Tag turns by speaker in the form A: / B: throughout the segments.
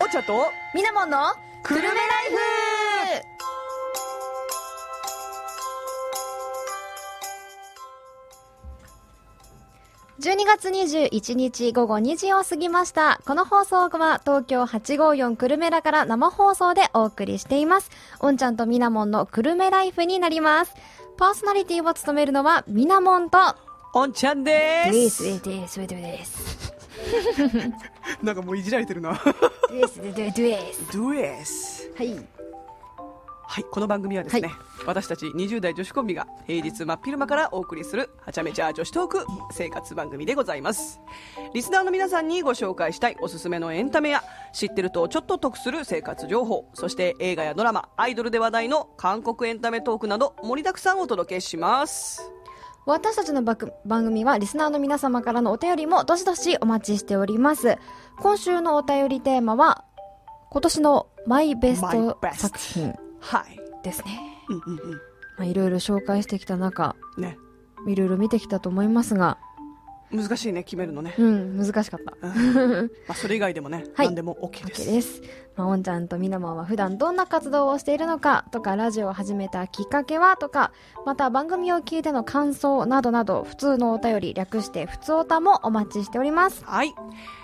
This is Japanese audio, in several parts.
A: ーチャと
B: みなもんの
A: くるめライ
B: イフ12月21日午後2時を過ぎました。この放送は東京854久留米らから生放送でお送りしています。おんちゃんとみなもんの久留米ライフになります。パーソナリティを務めるのはみなもんと、
A: おんちゃんで
B: ですす、です、です、
A: なんかもういじられてるな
B: です、です、です。
A: ドゥエス
B: はい。
A: はいこの番組はですね、
B: は
A: 私たち20代女子コンビが平日真っ昼間からお送りするはちゃめちゃ女子トーク生活番組でございますリスナーの皆さんにご紹介したいおすすめのエンタメや知ってるとちょっと得する生活情報そして映画やドラマアイドルで話題の韓国エンタメトークなど盛りだくさんお届けします
B: 私たちのばく番組はリスナーの皆様からのお便りもどしどしお待ちしております。今週のお便りテーマは、今年のマイベス
A: マイ
B: ト
A: ベスト
B: 作品
A: はい
B: ですね。
A: うんうんうん
B: まあ、いろいろ紹介してきた中、
A: ね
B: いろいろ見てきたと思いますが、
A: 難しいね決めるのね、
B: うん、難しかった。
A: うんまあ、それ以外でもね、
B: はい
A: 何でも OK です
B: OK です。まあ、おんちゃんとみなまんは普段どんな活動をしているのかとか、ラジオを始めたきっかけはとか、また番組を聞いての感想などなど、普通のお便り略して普通おたもお待ちしております。
A: はい、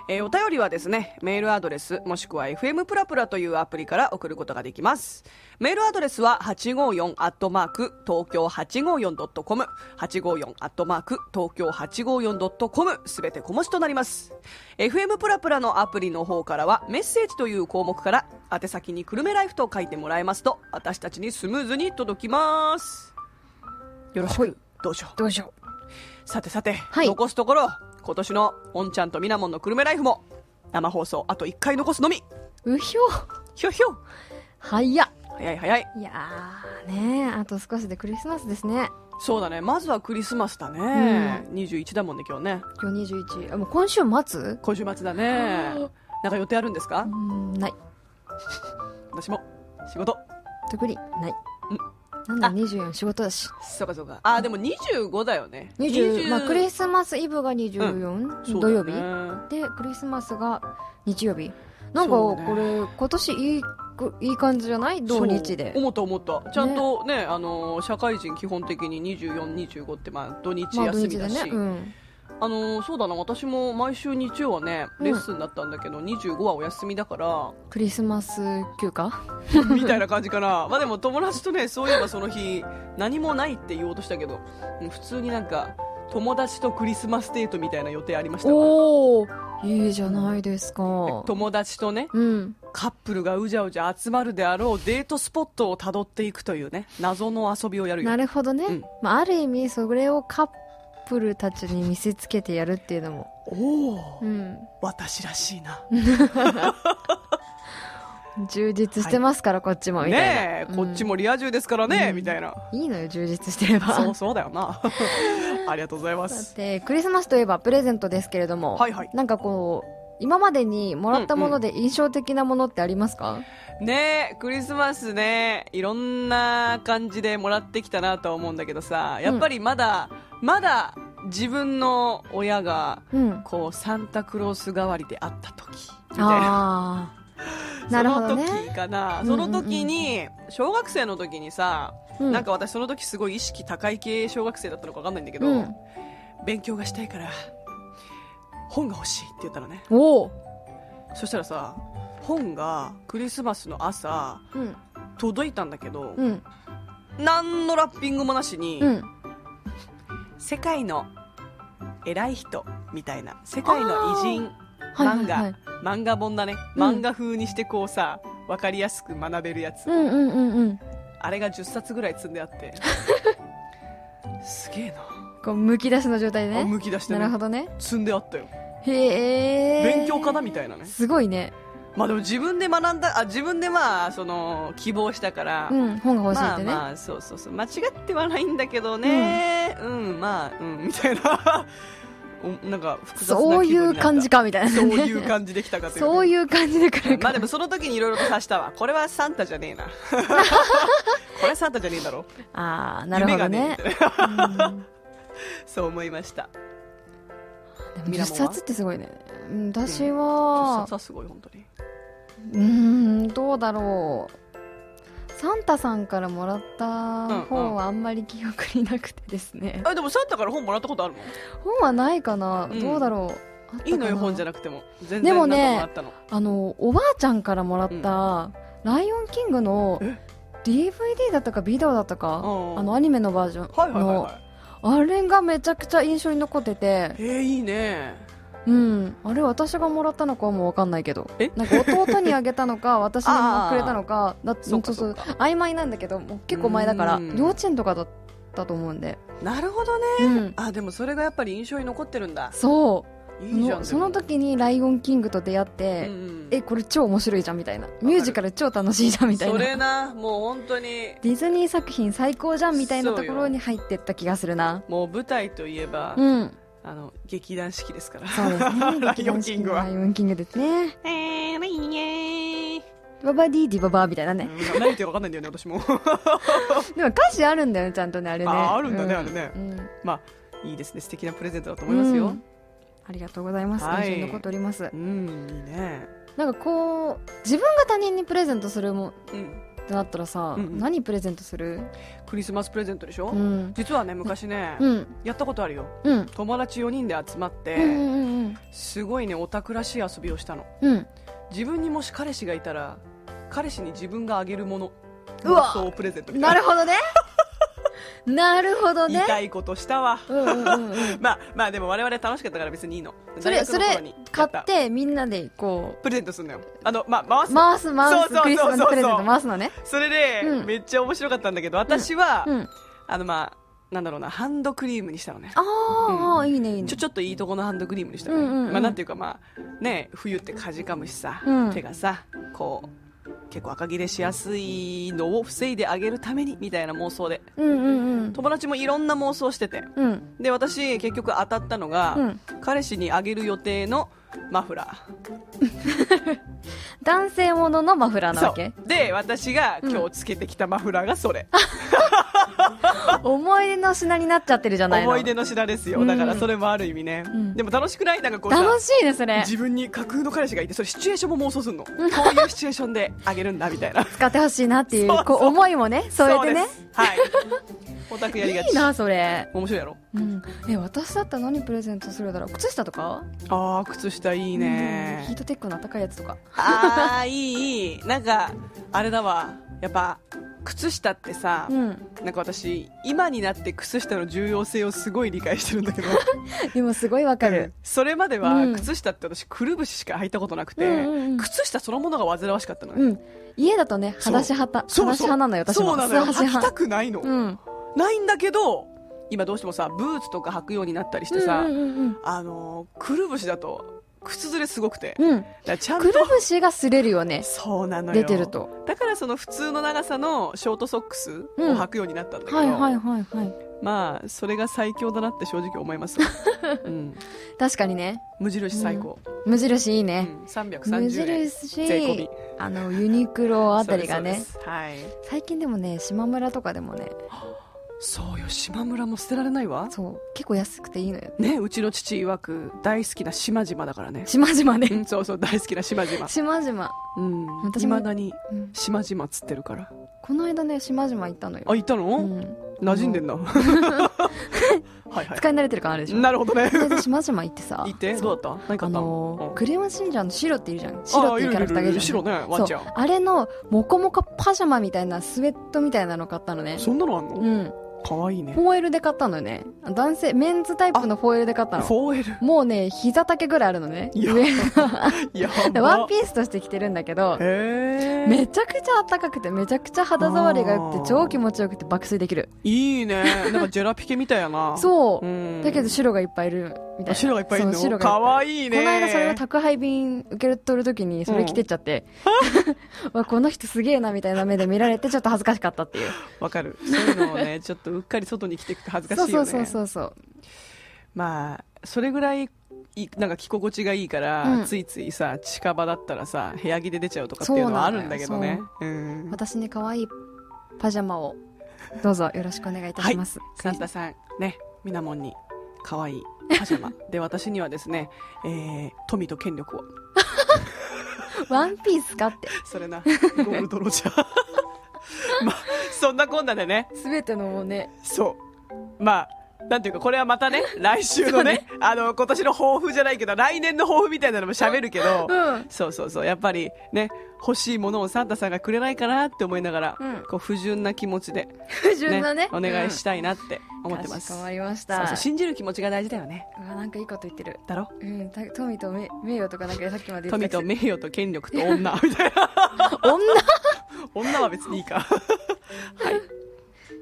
A: えーお便りはですねメールアドレスもしくは FM プラプラというアプリから送ることができますメールアドレスは854アットマーク東京 854.com 854アットマーク東京 854.com すべて小文字となります FM プラプラのアプリの方からはメッセージという項目から宛先に久留米ライフと書いてもらえますと私たちにスムーズに届きますよろしくどうぞ
B: どうしよう。
A: さてさて、
B: い
A: 残すところ今年のおんちゃんとみなもんの久留米ライフも生放送あと1回残すのみ
B: うひょ
A: ひょひょ
B: はいや
A: 早い早い
B: いやーねあと少しでクリスマスですね
A: そうだねまずはクリスマスだね、21だもんね今日ね
B: 今日21あもう今週末
A: 今週末だねなんか予定あるんですか
B: うーんない
A: 私も仕事
B: 特にないなんだ24仕事だし
A: そうかそうかあーでも25だよね
B: 20、まあ、ク
A: ス
B: リスマスイブが24、土曜日、でクリスマスが日曜日なんか
A: そう
B: こ
A: ね
B: れ、今年いいくいい感じじゃない同日で
A: 思った思ったちゃんとねあのー社会人基本的に2425ってまあ土日
B: まあ土
A: 休
B: 日
A: み
B: で
A: だし、
B: ね、うん、
A: あのーそうだな私も毎週日曜はね
B: うん
A: レッスンだったんだけど、25はお休みだから
B: クリスマス休暇
A: みたいな感じかなまあでも友達とねそういえばその日何もないって言おうとしたけどうん普通になんか友達とクリスマスデートみたいな予定ありましたから
B: おおいいじゃないですか
A: 友達とね
B: うん
A: カップルがうじゃうじゃ集まるであろうデートスポットをたどっていくというね謎の遊びをやるよ
B: なるほどね、
A: うん
B: まあ、ある意味それをカップルたちに見せつけてやるっていうのも、
A: おお、
B: うん、
A: 私らしいな
B: 充実してますから、こっちもみたいな
A: ねえ、こっち
B: も、
A: もリア充ですからね、
B: うん
A: みたいない
B: いのよ充実してれば
A: そうそうだよな ありがとうございま
B: だ
A: す
B: ってクリスマスといえばプレゼントですけれども、
A: はいはい
B: なんかこう今までにもらったもので印象的なものってありますか、
A: ねえクリスマスねいろんな感じでもらってきたなとは思うんだけどさやっぱりまだ、まだ自分の親が
B: うん
A: こうサンタクロース代わりであった時みたいな
B: ああなるほどね
A: その時かな、
B: うんうんうん
A: その時に小学生の時にさ、
B: うん
A: なんか私その時すごい意識高い系小学生だったのか分かんないんだけど、
B: うん
A: 勉強がしたいから本が欲しいって言ったのね
B: おお、
A: そしたらさ本がクリスマスの朝
B: うん
A: 届いたんだけど、
B: うん
A: 何のラッピングもなしに、
B: うん、
A: 世界の偉い人みたいな世界の偉人
B: はいは
A: 漫
B: い
A: 画、
B: はい
A: 漫画本だね
B: うん
A: 漫画風にしてこうさ分かりやすく学べるやつ、
B: うんうんうんうん
A: あれが10冊ぐらい積んであって すげえな、
B: こうむき出しの状態で
A: あ
B: ね
A: むき出して
B: な
A: ね
B: るほどね
A: 積んであったよ
B: へえ
A: 勉強かなみたいなね
B: すごいね
A: まあでも自分で学んだあ自分でまあその希望したから、
B: うん本が欲しいってね、
A: まあまあそうそうそう間違ってはないんだけどねうん、まあうんみたいな おなんか複雑な気分
B: そうい
A: にな
B: う
A: った
B: 感じかみたいなね
A: そういう感じできたかという
B: そう
A: う
B: いう感じで来るか
A: まあでもその時にいろいろと察したわこれはサンタじゃね えなこれサンタじゃねえだろ
B: ああなるほどね
A: 夢がねえみたいな そう思いました
B: うんでも
A: ミ
B: 10
A: ラモンは
B: 冊ってすごいねうん私
A: 10
B: は
A: 冊はすごい本当に
B: うーんどうだろうサンタさんからもらった本はあんまり記憶になくてですね、
A: あでもサンタから本もらったことあるもん
B: 本はないかな、
A: うん
B: どうだろうあったか
A: いいのよ本じゃ
B: な
A: なくても全然
B: でもね
A: なんかもらったの
B: あのおばあちゃんからもらった「ライオンキング」の
A: え
B: DVD だったかビデオだったか
A: うん
B: あのアニメのバージョ
A: はい
B: ン
A: はいはい、
B: の
A: は
B: あれがめちゃくちゃ印象に残ってて
A: い、えー、いいね
B: うん、あれ私がもらったのかはもう分かんないけど
A: え
B: なんか弟にあげたのか私にもくれたの かだ
A: そうかそううか
B: 曖昧なんだけどもう結構前だから
A: うん
B: 幼稚園とかだったと思うんで、
A: なるほどね
B: うん、
A: あでもそれがやっぱり印象に残ってるんだ
B: そ
A: いういじゃ
B: あ
A: ん
B: のその時に「ライオンキング」と出会っ
A: で
B: て、
A: もうん
B: えこれ超面白いじゃんみたいなミュージカル超楽しいじゃんみたい
A: そ
B: な
A: れなもう本当に
B: ディズニー作品最高じゃんみたいなとこ
A: そう
B: ろ
A: よ
B: に入ってった気がするな
A: もう舞台といえば、
B: うん
A: あの劇団四季ですから
B: そうです ね
A: ライオンキングは
B: ライオンキングですね
A: えー、まあいいね
B: ババディディババーみたいなね
A: 何言ってるか分かんないんだよね私も
B: でも歌詞あるんだよねちゃんとねあれね
A: ああるんだね
B: う
A: あれね
B: うん
A: まあいいですね素敵なプレゼントだと思います
B: う
A: よ
B: んありがとうございます
A: はい
B: 印象に残っております
A: うん、いいね
B: なんかこう自分が他人にプレゼントするもんっ
A: うん
B: てなったらさ、
A: うんうん
B: 何プレゼントする
A: クリスマスプレゼントでしょ、
B: うん
A: 実はね昔ね、
B: うん
A: やったことあるよ
B: うん
A: 友達4人で集まっ
B: うんう
A: て、
B: んうん
A: すごいねオタクらしい遊びをしたの
B: うん
A: 自分にもし彼氏がいたら彼氏に自分があげるもの
B: うわ
A: 妄想プレゼントみたい
B: なるほどねなるほ ど
A: 言い
B: ね
A: たいことしたわ
B: うんうんうん うん
A: まあまあでも我々楽しかったから別にいいの
B: それ
A: 大学の頃に
B: 買
A: や
B: っ
A: って
B: みんなでこ
A: たプレゼントするのよあのまあ回
B: う
A: す、
B: 回す回
A: そうそうそうそう
B: すクリスマスプレゼント回すのね
A: それで、
B: うん
A: めっちゃ面白かったんだけど私は、
B: うん
A: あのまあなんだろうなハンドクリームにしたのね
B: ああいいねいいね
A: ちょちょっといいとこのハンドクリームにしたのね、
B: うんうんうん
A: まあなんていうかまあね冬ってかじかむしさ、
B: うん
A: 手がさこう結構赤切れしやすいのを防いであげるためにみたいな妄想で
B: うんうんうん
A: 友達もいろんな妄想してて
B: うん
A: で私結局当たったのが、
B: うん
A: 彼氏にあげる予定のマフラ
B: 男性もののマフラ
A: ー
B: ーなわけ
A: そうで私が
B: うん
A: 今日つけてきたマフラーがそれ、
B: 思い出の品になっちゃってるじゃないの
A: 思い出の品ですよ、
B: うん
A: だからそれもある意味ね、
B: ん
A: でも楽しくないなんかこうさ
B: 楽しいねそれ
A: 自分に架空の彼氏がいてそれシチュエーションも妄想するのこういうシチュエーションであげるんだみたい な
B: 使ってほしいなっていう
A: そうそう
B: こう思いもね添えてね
A: そうですはいオタクやりがち
B: いいなそれ、
A: 面白いやろ
B: うん、え私だったら何プレゼントするだろう靴下とか
A: ああ靴下いい
B: い
A: ね
B: ヒートテックの高いやつとか
A: ああいいいいなんかあれだわやっぱ靴下ってさ、
B: うん
A: なんか私今になって靴下の重要性をすごい理解してるんだけど
B: でもすごいわかる
A: それまでは
B: うん
A: 靴下って私くるぶししか履いたことなくて、
B: うんうんうん
A: 靴下そのものが煩わしかったのね、
B: うん、家だとね
A: そう
B: 裸足派
A: そ
B: 裸
A: う
B: 足
A: そう
B: 派なのよ私も
A: そうなのよ
B: 素足
A: 履きた
B: 派
A: くないの、
B: うん
A: ないんだけど今どうしてもさブーツとか履くようになったりしてさ、
B: うんうんうん
A: あのーくるぶしだと靴ずれすごくて、
B: うん、うん
A: だからちゃん
B: くる
A: と
B: ぶしが擦れるよね
A: そうなのよ
B: 出てると
A: だからその普通の長さのショートソックスを
B: うん
A: 履くようになったんだけど、
B: はいはいはいはい
A: まあそれが最強だなって正直思います、 うん、
B: 確かにね
A: 無印最高、
B: 無印いいうね、
A: ん330円
B: 無
A: 税込み
B: 印あのユニクロあたりが
A: そう
B: ね
A: ですそうですはい
B: 最近でもね島村とかでもね
A: そうよ島村も捨てられないわ
B: そう結構安くていいのよ
A: ねうちの父曰く大好きな島々だからね
B: 島々
A: う
B: ね
A: んそうそう大好きな島々
B: 島々、
A: うん
B: 私
A: い
B: も
A: まだに
B: うん
A: 島々つってるから
B: この間ね島々行ったのよ
A: あいた
B: う
A: の、
B: ん、
A: 馴染んでんな はいは
B: 使い慣れてる感あるでし
A: い
B: ょ
A: なるほどね
B: それで島々行っ てさ
A: いて
B: そう
A: どうだった何かあ
B: あ
A: った
B: のー
A: の
B: クレヨンしんちゃんのシロっているじゃんシ
A: 白
B: ロっていうキャラクターがいるじゃ
A: 白
B: ん
A: ねワンちゃ
B: そうんあれのモコモコパジャマみたいなスウェットみたいなの買ったのね
A: そんなのあんの
B: うん
A: かわいいね
B: フォーエルで買ったのよね男性メンズタイプのフォーエルで買ったの
A: 4L
B: もうね膝丈ぐらいあるのね
A: いや
B: 上
A: や
B: で
A: ば
B: ワンピースとして着てるんだけど
A: へ
B: め
A: え
B: ちゃくちゃ暖かくてめちゃくちゃ肌触りが良く
A: あー
B: て超気持ちよくて爆睡できる
A: いいねなんかジェラピケみたいやな
B: そう、
A: ん
B: だけど白がいっぱいいるみたいな
A: あ白がいっぱいいる
B: そう白
A: の
B: がいっぱ
A: か
B: い
A: わいいね
B: この間それを宅配便受け取るときにそれ着てっちゃって、 わこの人すげえなみたいな目で見られてちょっと恥ずかしかったっていう
A: わかるそういうのをねちょっとうっかり外に着てくと恥ずか
B: そう
A: しいよ
B: そ
A: ね
B: うそうそうそう
A: まあそれぐらいいなんか着心地がいいから、
B: うん
A: ついついさ近場だったらさ部屋着で出ちゃうとかっていうのはあるんだけどねうん
B: 私に可愛いパジャマをどうぞよろしくお願いいたします、
A: サンタさんねみなもんに可愛い パジャマで私にはですね、えー富と権力を
B: ワンピースかって。
A: そ れなゴールドロジャー まあそんなこんなでね
B: すべてのもうね、
A: そうまあなんていうかこれはまたね 来週のねあの今年の抱負じゃないけど来年の抱負みたいなのも喋るけど、
B: うん
A: そうそうそうやっぱりね欲しいものをサンタさんがくれないかなって思いながら、
B: うん
A: こう不純な気持ちで、
B: 不純なね。
A: お願いしたいなって思ってま
B: かし
A: す、
B: こまりまし
A: そうそ
B: た。
A: う信じる気持ちが大事だよね
B: うわ、なんかいいこと言ってる。
A: だろ
B: うん、た富とめ名誉とかなんかさっきまで言
A: 富
B: って た
A: と
B: け
A: 名誉と権力と 女みたいな
B: ど。女
A: 女は別にいいか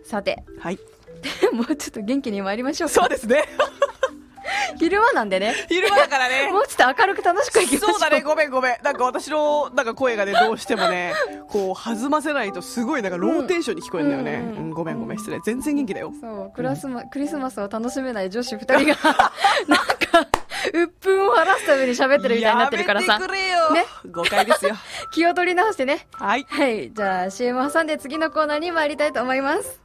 B: さて、
A: はい
B: もうちょっと元気に参りましょうか。
A: そうですね
B: 昼間なんでね。
A: 昼間だから ね
B: もうちょっと明るく楽しくいきましょう。
A: そうだね、ごめんごめん。なんか私の、なんか声がね、どうしてもね、こう、弾ませないとすごいなんかローテーションに聞こえるんだよね。
B: うんうん
A: うんごめんごめん、失礼。全然元気だよ。
B: そう、クラスマ、クリスマスを楽しめない女子二人が、なんか、鬱憤を晴らすために喋ってるみたいになってるからさ
A: やめ、てくれよ。
B: ね
A: 誤解ですよ。
B: 気を取り直してね。
A: はい。
B: はい、じゃあ CM 挟んで次のコーナーに参りたいと思います。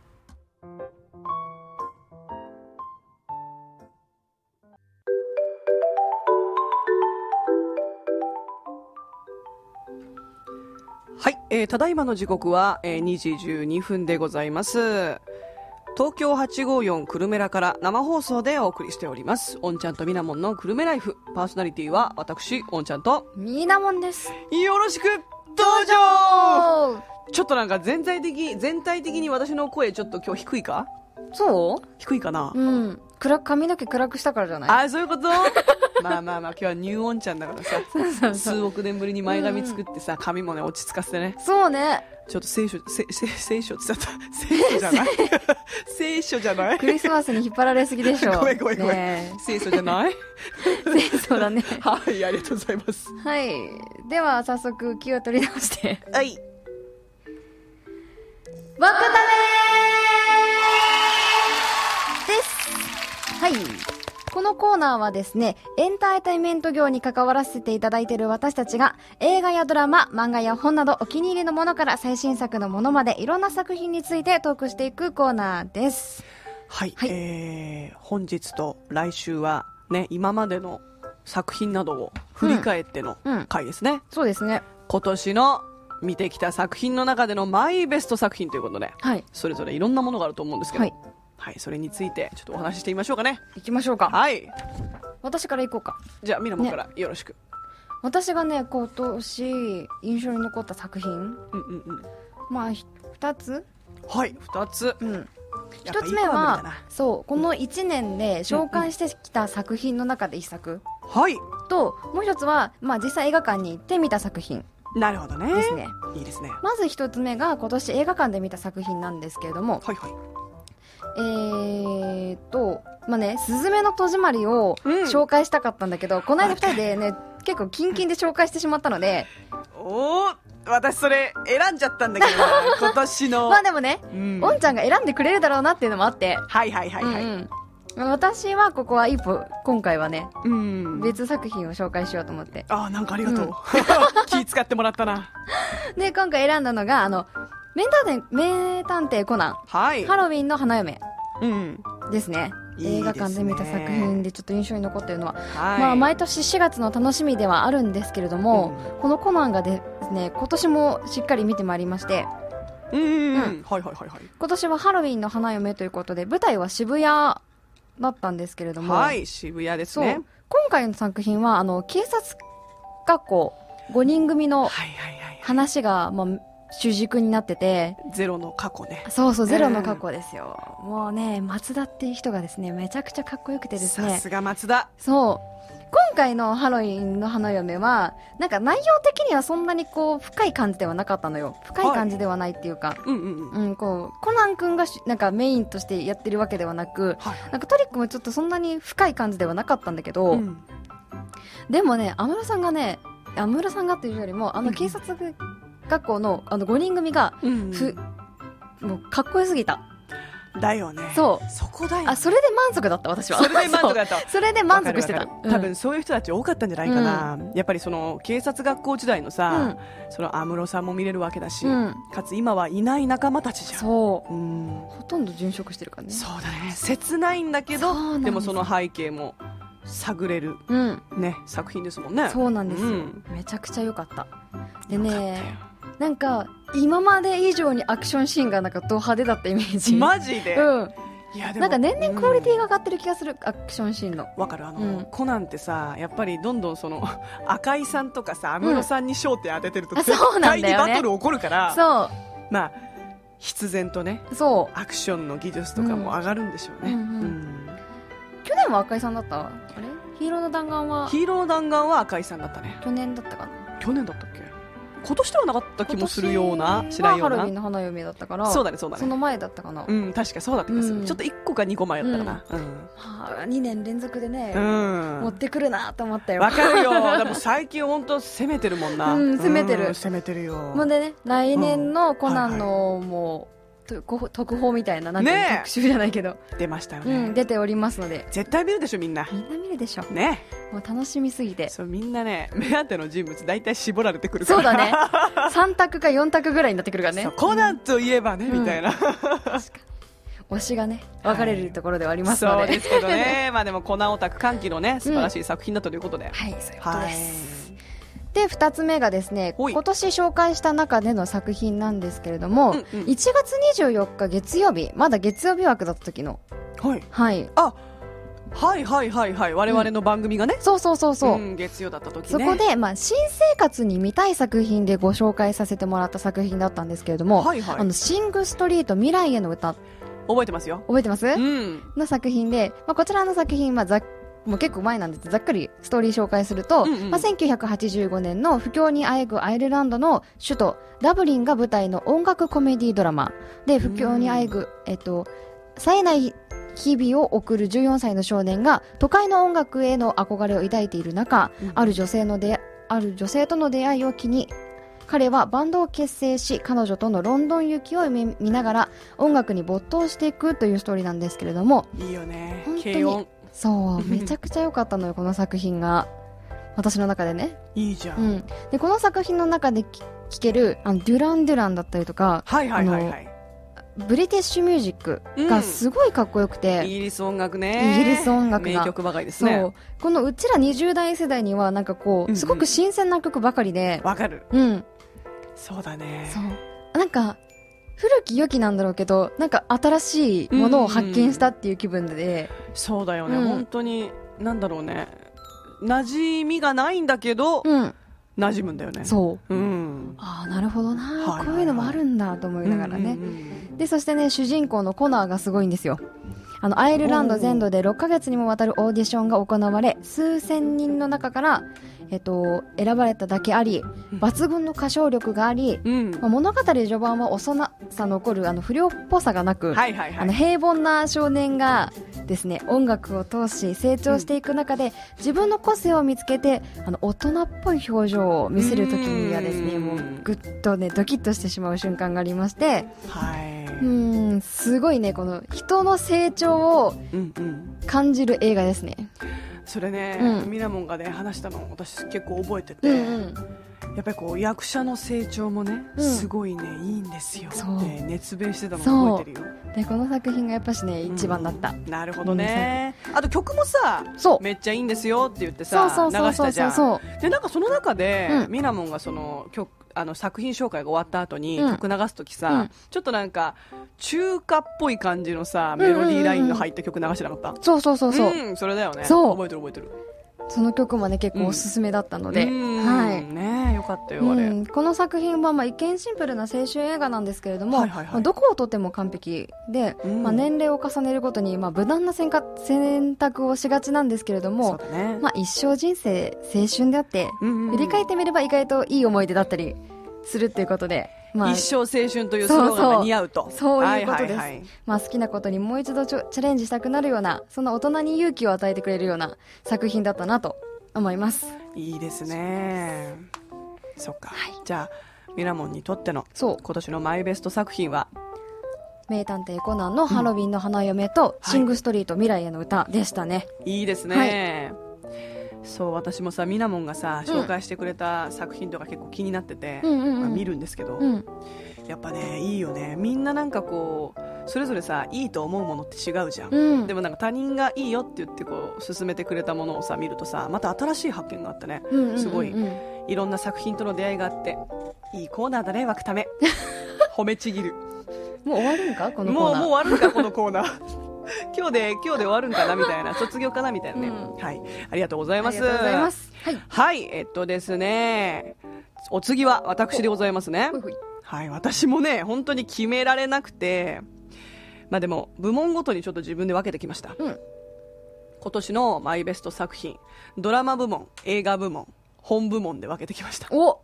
A: はい、えーただいまの時刻は、えー2時12分でございます。東京854久留米らから生放送でお送りしております。おんちゃんとみなもんの久留米ライフ。パーソナリティは私、おんちゃんと、
B: みーなもんです。
A: よろしく登場
B: おー
A: ちょっとなんか全体的、全体的に私の声ちょっと今日低いか
B: そ
A: 低いかな
B: ううん。暗く、髪の毛暗くしたからじゃない
A: あーそういうこと まあまあまあ今日はニューオンちゃんだからさ数億年ぶりに前髪作ってさ髪もね落ち着かせてね
B: そうね。
A: ちょっと聖書せせ聖書って言っ ちゃった聖書じゃない聖書じゃ ない
B: クリスマスに引っ張られすぎでし ょ。
A: ごめんごめんごめん、
B: ね
A: 聖書じゃない
B: えそうだね。
A: はいありがとうございます
B: はい。では、早速、気を取り直して。
A: はい
B: 僕ためですはい。このコーナーはですね、エンターテインメント業に関わらせていただいている私たちが、映画やドラマ、漫画や本などお気に入りのものから最新作のものまでいろんな作品についてトークしていくコーナーです。
A: はい、
B: はい
A: えー本日と来週はね今までの作品などを振り返っての
B: うんうん
A: 回ですね、
B: そうですね。
A: 今年の見てきた作品の中でのマイベスト作品ということで
B: はい。
A: それぞれいろんなものがあると思うんですけど、
B: は
A: はいい、それについてちょっとお話ししてみましょうかね。
B: 行きましょうか。
A: はい、
B: 私から行こうか。
A: じゃあミラモンからよろしく。
B: 私がね、今年印象に残った作品、
A: うんうんうん。
B: まあ、ひ二つ
A: はい、二つ。
B: うん
A: やっぱ
B: 一つ目
A: いい番組
B: は
A: だな
B: そうこの1年で紹介してきた作品の中で1作
A: はい、
B: ともう一つは、まあ、実際映画館に行って見た作品
A: なるほどね。
B: ですね、
A: いいですね。は
B: まず1つ目が今年映画館で見た作品なんですけれども
A: いはい。
B: えーっとまあね「すずめの戸締まり」を
A: うん
B: 紹介したかったんだけど、この間2人でね結構キンキンで紹介してしまったので
A: おお、私それ選んじゃったんだけどな、 今年の。
B: まあでもね、
A: うん
B: おんちゃんが選んでくれるだろうなっていうのもあって、
A: はいはいはいはい。
B: うんうん私はここは一歩今回はね
A: うん。
B: 別作品を紹介しようと思って
A: あーなんかありがとう。 気使ってもらったな。
B: で今回選んだのがあの名探偵名探偵コナ
A: はい。
B: ンハロウィンの花嫁
A: うん。
B: ですね
A: いいですね
B: 映画館で見た作品でちょっと印象に残ってるのは、
A: はい。
B: まあ、毎年4月の楽しみではあるんですけれども、このコナンがですね今年もしっかり見てまいりまして
A: うんうんうん。
B: う
A: はいはいはいはい。
B: 今年はハロウィンの花嫁ということで舞台は渋谷だったんですけれども、
A: はい、渋谷です
B: そう
A: ね。
B: 今回の作品はあの警察学校5人組
A: は
B: の
A: いはいはい。
B: 話が、まあ、主軸になってて
A: ゼロの過去ね。
B: そうそう、
A: うん
B: ゼロの過去ですよ。もうね、松田っていう人がですね、めちゃくちゃかっこよくてです
A: さ
B: ね
A: す。が松田。
B: そう。今回のハロウィンの花嫁は、なんか内容的にはそんなにこう、深い感じではなかったのよ。深い感じではないっていうか、
A: うんうんうん。
B: うん、こう、コナン君がしなんかメインとしてやってるわけではなく、
A: はい。
B: なんかトリックもちょっとそんなに深い感じではなかったんだけど、
A: うん
B: でもね、安室さんがね、安室さんがというよりも、あの警察学校のあの5人組が、
A: うん
B: ふもうかっこよすぎた。
A: だよね。
B: そう。
A: そこだよ。
B: あそれで満足だった私は
A: それで満足だった。
B: そうそれで満足してた
A: わかるわかる多分そういう人たち多かったんじゃないかな、やっぱりその警察学校時代のさ、その安室さんも見れるわけだし、
B: うん、うん
A: かつ今はいない仲間たちじゃん
B: そう
A: うん
B: ほとんど殉職してるからね
A: そうだね切ないんだけど
B: そうなんです
A: でもその背景も探れる、
B: うん。
A: ね、作品ですもんね。
B: そうなんですよ、
A: うん
B: めちゃくちゃ良かった。で
A: よかったよ
B: ね、なんか、今まで以上にアクションシーンがなんかド派手だったイメージ。
A: マジで、
B: うん。
A: いやでも
B: なんか年々クオリティ
A: うん
B: が上がってる気がする、アクションシーンの。
A: わかるあの、
B: うん
A: コナンってさやっぱりどんどんそ の赤井さんとかさ安室さんに焦点当ててると
B: うんあ
A: 絶
B: そうな
A: 対
B: ん
A: に
B: だよね
A: バトル起こるから、
B: そ
A: まあ必然とね
B: う、そ
A: アクションの技術とかも上がるんでしょうね、
B: うんうんうん
A: うん
B: う。去年は赤井さんだったあれヒーローの弾丸は
A: ヒーロー弾丸は赤井さんだったね
B: 去年だったかな
A: 去年だったっけ今年ではなかった気もするような
B: 今
A: し
B: 年
A: ないよ
B: は
A: う
B: ハロウィ
A: な
B: ンの花嫁だったから、
A: そうだねそうだ
B: そ
A: ね
B: の前だったかな。
A: うん確かそうだった気がする、
B: うん
A: ちょっと1個か2個前だったかな
B: はあ、2年連続でね、
A: うん、う
B: 持っ
A: ん
B: てくるなと思ったよ。
A: わかるよでも最近本当攻めてるもんな、
B: うん攻めてる
A: うん攻めてるよ
B: もうでね、来年のコナンの、もう、とこ特報みたいな、なんていうの
A: ねえ
B: 特集じゃないけど、
A: 出ましたよ
B: う
A: ね、
B: ん、出ておりますので、
A: 絶対見るでしょみんな
B: みんな見るでしょ。
A: ね
B: もう楽しみすぎて。
A: そうみんなね目当ての人物大体絞られてくるから
B: そうだね。3択か4択ぐらいになってくるから ね
A: そう。コナンといえばね、
B: うん
A: みたいな
B: 推しがね、分かれるところではあります
A: そ
B: の
A: う
B: で。
A: ですけど ねまあでもコナンオタク歓喜のね素晴らしい作品だったということで、
B: はい、そういうこと
A: は
B: で
A: い
B: す。で、2つ目がですね、
A: ほい
B: 今年紹介した中での作品なんですけれども、
A: うんうん
B: 1月24日月曜日、まだ月曜日枠だった時の、
A: はい
B: はい。
A: あはいはいはいはい我々の番組がね、
B: そうそうそうそう。
A: うん月曜だった時
B: そ
A: ね
B: こで、まあ、新生活に見たい作品でご紹介させてもらった作品だったんですけれども、
A: はいはい
B: あのシング・ストリート未来への歌
A: 覚えてますよ
B: 覚えてます
A: うん
B: の作品で、まあ、こちらの作品はざっもう結構前なんですざっくりストーリー紹介すると、
A: うんうん
B: まあ、1985年の不況にあえぐアイルランドの首都ダブリンが舞台の音楽コメディドラマで不況にあえぐ、えっと、冴えない日々を送る14歳の少年が都会の音楽への憧れを抱いている中、
A: うん
B: ある女性の出ある女性との出会いを機に彼はバンドを結成し彼女とのロンドン行きを見見ながら音楽に没頭していくというストーリーなんですけれども
A: いいよね
B: 本当に
A: 軽音
B: そ うめちゃくちゃ良かったのよこの作品が私の中でね、
A: いいじゃん、
B: うん、でこの作品の中でき聴けるあのデュラン・デュランだったりとか
A: はいはいはいはい
B: ブリティッシュミュージックがすごいかっこよくて、
A: イギリス音楽ね
B: イギリス音楽が
A: 名曲ばかりです
B: そう、
A: ね
B: このうちら20代世代にはなんかこ
A: うんう
B: うんすごく新鮮な曲ばかりで、
A: わかる
B: うん
A: そうだね
B: そうなんか古き良きなんだろうけどなんか新しいものを発見したっていう気分で、
A: そうだよね、
B: うん
A: 本当になんだろうね馴染みがないんだけど、
B: うん
A: 馴染むんだよね
B: そう
A: う、ん
B: ああなるほどな、
A: はい
B: こういうのもあるんだと思いながら
A: う
B: ね、
A: んうん
B: でそしてね主人公のコナーがすごいんですよあのアイルランド全土で6ヶ月にもわたるオーディションが行われ数千人の中から、えっと、選ばれただけあり
A: うん
B: 抜群の歌唱力があり、
A: うんうん
B: まあ物語序盤は幼さ残るあの不良っぽさがなく、
A: はいはいは
B: あの
A: い
B: 平凡な少年がですね音楽を通し成長していく中で、自分の個性を見つけてあの大人っぽい表情を見せる時にはですね
A: うん
B: もうぐっとねドキッとしてしまう瞬間がありまして
A: はい、
B: うーんすごいねこの人の成長を
A: うんうん、
B: 感じる映画ですね。
A: それね、
B: うん
A: ミラモンがね話したの私結構覚えてて、
B: うんうん、
A: やっぱりこう役者の成長もね、
B: うん
A: すごいねいいんですよ
B: そう
A: って熱弁してたの覚えてるよ
B: でこの作品がやっぱしね一番だった。
A: なるほどね、あと曲もさ
B: そう
A: めっちゃいいんですよって言って
B: そう
A: さ
B: そうそう
A: 流し
B: そ
A: た
B: う
A: じ
B: そ
A: ゃ
B: うんそう
A: でなんかその中で、
B: うん
A: ミラモンがその曲あの作品紹介が終わった後に、
B: うん
A: 曲流す時さ、
B: うん
A: ちょっとなんか中華っぽい感じのさ
B: うんう
A: メ
B: んうん
A: ロディーラインの入った曲流してなかった、うん
B: そうそうそうそう、
A: それだよね
B: そう
A: 覚えてる覚えてる
B: その曲もね結構おすすめだったので、
A: うん
B: はい。
A: ねえよかったよあれ、
B: うん、この作品はまあ一見シンプルな青春映画なんですけれども、
A: はいはいはい
B: まあどこをとっても完璧で、
A: うん
B: まあ、年齢を重ねるごとにまあ無難な選択選択をしがちなんですけれど
A: そう
B: も、
A: だね、
B: まあ、一生人生青春であって、
A: うんうんうん
B: 振り返ってみれば意外といい思い出だったりするっていうことで、まあ
A: 一生青春というス
B: そう
A: ロ
B: そ
A: ー
B: う
A: ガンが似合うと
B: そういうことです
A: はいはいはい
B: まあ、好きなことにもう一度ちょチャレンジしたくなるようなその大人に勇気を与えてくれるような作品だったなと思います。
A: いいですねそっか、じゃあミラモンにとっての
B: そう
A: 今年のマイベスト作品は
B: 名探偵コナンのハロウィンの花嫁と、
A: はい
B: シングストリート未来への歌でしたね。
A: いいですね、そう私もさみなもんがさ
B: うん
A: 紹介してくれた作品とか結構気になってて、
B: うんうんうん
A: まあ見るんですけど、
B: うん、
A: やっぱねいいよねみんななんかこうそれぞれさいいと思うものって違うじゃん、
B: うん
A: でもなんか他人がいいよって言ってこう勧めてくれたものをさ見るとさまた新しい発見があってね
B: うんうんうんうん
A: すごいいろんな作品との出会いがあっていいコーナーだね枠た め褒めちぎる
B: もう終わるんかこの
A: も
B: コー
A: う
B: ナー
A: もう終わるんかこのコーナー 今日で今日で終わるんかなみたいな卒業かなみたいなね、
B: うん
A: はいありがとうござい
B: あ
A: ま
B: り
A: す
B: がとうございますはい
A: はいえっとですねお次は私でございますね
B: ほいほい
A: はい私もね本当に決められなくてまあでも部門ごとにちょっと自分で分けてきました
B: うん
A: 今年のマイベスト作品ドラマ部門映画部門本部門で分けてきました
B: お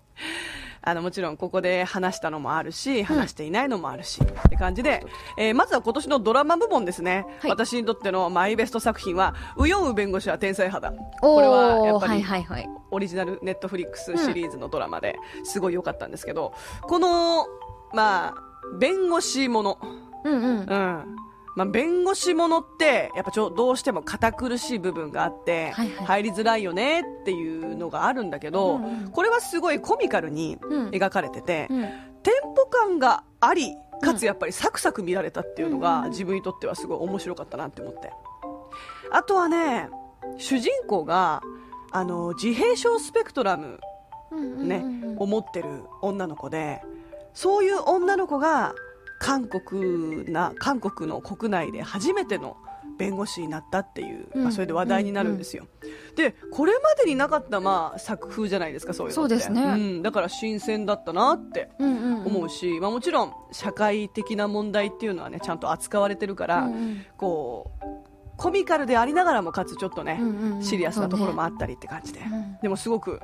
A: あのもちろんここで話したのもあるし話していないのもあるし、って感じで、えーまずは今年のドラマ部門ですね、
B: はい
A: 私にとってのマイベスト作品は「ウヨウ弁護士は天才肌」
B: お
A: これはやっぱ
B: はい
A: り
B: はいはい
A: オリジナルネットフリックスシリーズのドラマですごい良かったんですけど、このまあ弁護士もの
B: うんうん
A: う
B: は
A: んまあ、弁護士ものってやっぱちょどうしても堅苦しい部分があって、
B: はいはい
A: 入りづらいよねっていうのがあるんだけど、
B: うんうん
A: これはすごいコミカルに
B: うん
A: 描かれてて、
B: うん
A: テンポ感がありかつやっぱりサクサク見られたっていうの
B: うんうん
A: が
B: うん
A: 自分にとってはすごい面白かったなって思ってあとはね主人公があの自閉症スペクトラム
B: うんうん
A: ね、を持ってる女の子でそういう女の子が韓国な韓国の国内で初めての弁護士になったっていう、
B: うん
A: まあ、それで話題になるんですよ、でこれまでになかった、まあ、作風じゃないですかそういうのって
B: そうですね
A: ん、だから新鮮だったなって
B: うんうんうん
A: 思うし、まあ、もちろん社会的な問題っていうのはねちゃんと扱われてるから、
B: うんうん
A: こうコミカルでありながらもかつちょっとね、
B: うんうんうん
A: シリアスなところもあ
B: そうね
A: ったりって感じで、
B: ん
A: でもすごく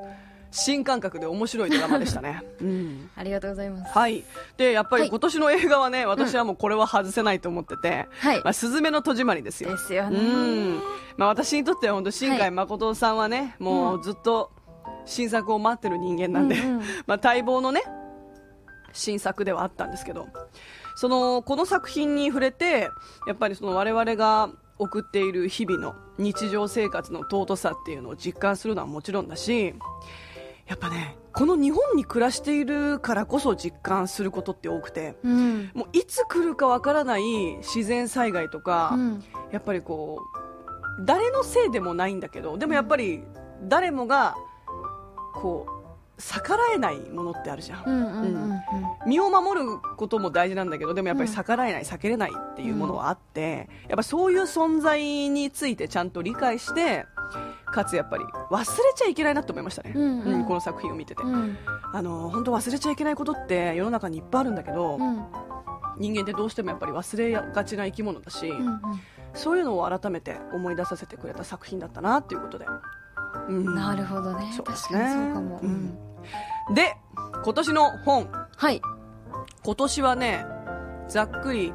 A: 新感覚で面白いドラマでした ね、うん
B: ありがとうございます
A: はいでやっぱ
B: は
A: り
B: い
A: 今年の映画はね、私はもうこれは外せないと思ってて「
B: はい
A: まあ、すずめの戸締まり」ですよ
B: ですよ
A: う
B: ね
A: ん、まあ、私にとっては本当新
B: は
A: 海
B: い
A: 誠さんはね、もうずっと新作を待ってる人間なんで、
B: うんうん
A: まあ、待望のね新作ではあったんですけどそのこの作品に触れてやっぱりその我々が送っている日々の日常生活の尊さっていうのを実感するのはもちろんだしやっぱねこの日本に暮らしているからこそ実感することって多くて
B: うん
A: もういつ来るかわからない自然災害とか、
B: うん
A: やっぱりこう誰のせいでもないんだけどでもやっぱり誰もがこう逆らえないものってあるじゃん、
B: うんうんうんうん
A: 身を守ることも大事なんだけどでもやっぱり逆らえない、避けれないっていうものはあってやっぱそういう存在についてちゃんと理解してかつやっぱり忘れちゃいけないなと思いましたね、
B: うんうん
A: この作品を見てて、
B: うん
A: あの本当忘れちゃいけないことって世の中にいっぱいあるんだけど、
B: うん
A: 人間ってどうしてもやっぱり忘れがちな生き物だし、
B: うん
A: そういうのを改めて思い出させてくれた作品だったなっていうことで、うん
B: なるほどね
A: そうです
B: 確
A: ね
B: かにそうかも、
A: うんで今年の本
B: はい
A: 今年はねざっくり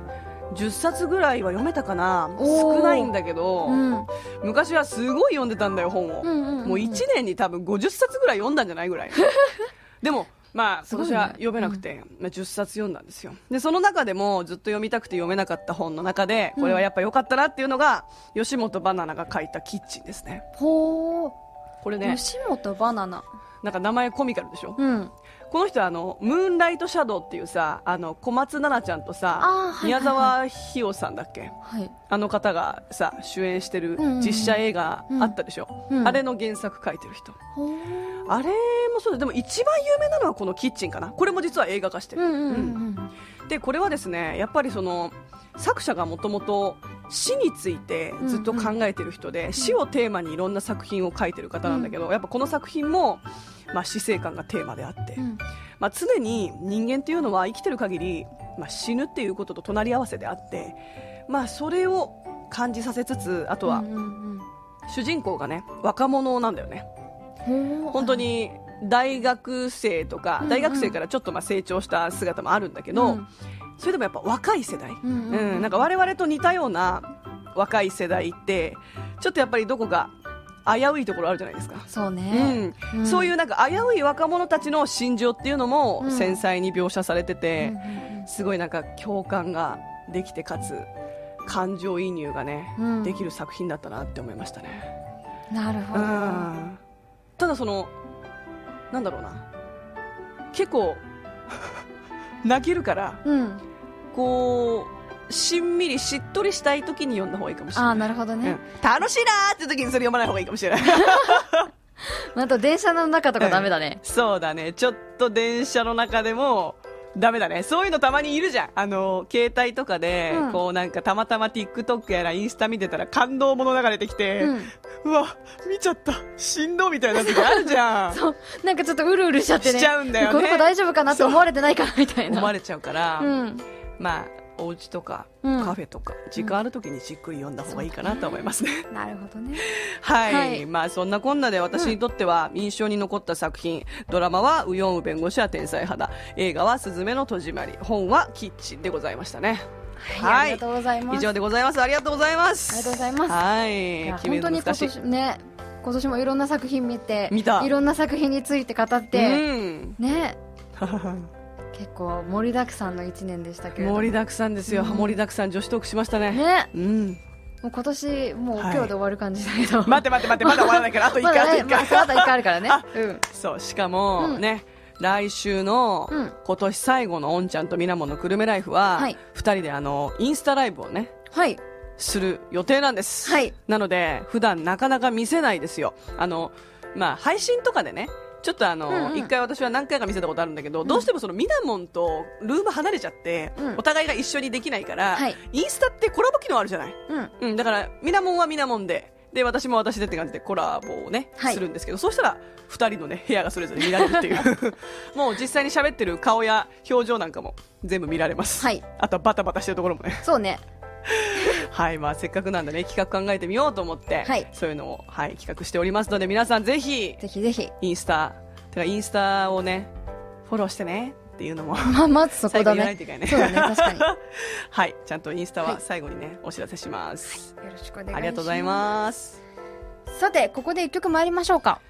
A: 10冊ぐらいは読めたかな
B: おー
A: 少ないんだけど、
B: うん
A: 昔はすごい読んでたんだよ本を、
B: うんうんうん
A: もう1年に多分50冊ぐらい読んだんじゃないぐ らいでもまあ
B: す
A: 今
B: ごいね
A: 年は読めなくて、まあ、10冊読んだんですよでその中でもずっと読みたくて読めなかった本の中でこれはやっぱ良かったなっていうのが、吉本バナナが書いた「キッチン」ですね
B: ほー
A: これね
B: 吉本バナナ
A: なんか名前コミカルでしょ
B: うん
A: この人はあのムーンライトシャドウっていうさあの小松菜奈ちゃんとさ、
B: あーはいはいはい
A: 宮沢ひよさんだっけ
B: はい
A: あの方がさ主演してる
B: うんうん
A: 実写映画あったでしょ、
B: うん
A: あれの原作書いてる人、
B: ほー
A: あれもそうだでも一番有名なのはこの「キッチン」かなこれも実は映画化して
B: う
A: る、
B: んうんうん
A: でこれはですねやっぱりその作者がもともと死についてずっと考えてる人で、死をテーマにいろんな作品を書いてる方なんだけど、やっぱこの作品も、まあ、死生観がテーマであって、
B: うん
A: まあ、常に人間っていうのは生きてる限り、まあ、死ぬっていうことと隣り合わせであって、まあ、それを感じさせつつあとは
B: うんうんうん
A: 主人公がね若者なんだよね
B: ほー
A: 本当に大学生とか
B: うん
A: 大学生からちょっとまあ成長した姿もあるんだけど、
B: うん
A: それでもやっぱ若い世代、
B: うんうんうん
A: うんなんか我々と似たような若い世代ってちょっとやっぱりどこか危ういところあるじゃないですか。
B: そうね
A: うんそういうなんか危うい若者たちの心情っていうのも
B: うん
A: 繊細に描写されて
B: うんう
A: て、
B: ん
A: すごいなんか共感ができてかつ感情移入がね、
B: うん
A: できる作品だったなって思いましたね、
B: うんなるほ
A: う
B: ど
A: ん、ただそのなんだろうな結構 泣けるから
B: うん
A: こしんみりしっとりしたい時に読んだ方がいいかもしれ
B: あ
A: な
B: あ
A: い、
B: なるほどね、
A: うん楽しいなーって時にそれ読まない方がいいかもしれない
B: あと電車の中とかダメだね、
A: そうだねちょっと電車の中でもダメだねそういうのたまにいるじゃんあの携帯とかで、
B: うん
A: こうなんかたまたま TikTok やらインスタ見てたら感動もの流れてきて、
B: う、
A: うんわ見ちゃったしんどみたいな時あるじゃん
B: そうなんかちょっとうるうるしちゃってね
A: しちゃうんだよね
B: この子大丈夫かなって思われてないかなみたいな
A: 思われちゃうから、
B: うん
A: まあお家とか、
B: うん
A: カフェとか時間ある時にじっくり読んだ方がいいかなと思いますね、
B: なるほどね
A: はい、
B: はい
A: まあそんなこんなで私にとっては印象に残った作品、ドラマは「ウヨンウ弁護士は天才肌」映画は「すずめの戸締まり」本は「キッチン」でございましたね
B: はい、ありがとうございます
A: 以上でございますありがとうございます
B: ありがとうございます
A: はい
B: いや
A: 君
B: 本当
A: の
B: に今
A: 難しい
B: 年ね今年もいろんな作品見て
A: 見た
B: いろんな作品について語って、
A: うん、
B: ね 結構盛りだくさんの一年でしたけれども
A: 盛りだくさんですよ、
B: うん
A: 盛りだくさん女子トークしましたね
B: ね
A: うん
B: もう今年もう今
A: はい
B: 日で終わる感じだけど、
A: 待って待って待ってまだ終わらないからあと一
B: ま
A: 回あと
B: だね
A: 一
B: ま
A: 回
B: だまだ一回あるからねうん
A: そうしかも、
B: うん
A: ね来週の
B: うん
A: 今年最後のおんちゃんとみなもんのくるめライフは、
B: は
A: 二
B: い
A: 人であのインスタライブをね
B: はい
A: する予定なんです、
B: はい
A: なので普段なかなか見せないですよあの、まあ、配信とかでねちょっとあ
B: うん
A: の、
B: うん
A: 一回私は何回か見せたことあるんだけど、どうしてもそのミナモンとルーム離れちゃって、
B: うん
A: お互いが一緒にできないから、
B: はい
A: インスタってコラボ機能あるじゃない、
B: うん
A: うん、だからミナモンはミナモンでで私も私でって感じでコラボをね、
B: はい
A: するんですけどそうしたら2人のね部屋がそれぞれ見られるっていう もう実際に喋ってる顔や表情なんかも全部見られます、
B: はい
A: あとはバタバタしてるところもね
B: そうね
A: はいまあせっかくなんでね企画考えてみようと思って、
B: はい
A: そういうのを、はい、企画しておりますので皆さんぜひ
B: ぜひぜひ
A: インスタてかインスタをねフォローしてねっていうのも
B: まあまずそこ
A: 最後
B: だ
A: 言わない
B: ね
A: といけないね
B: そうだね確かに
A: はいちゃんとインスタ
B: は
A: はい最後にね、お知らせします、
B: よろしくお願いします
A: ありがとうございます
B: すさてここで一曲参りましょうか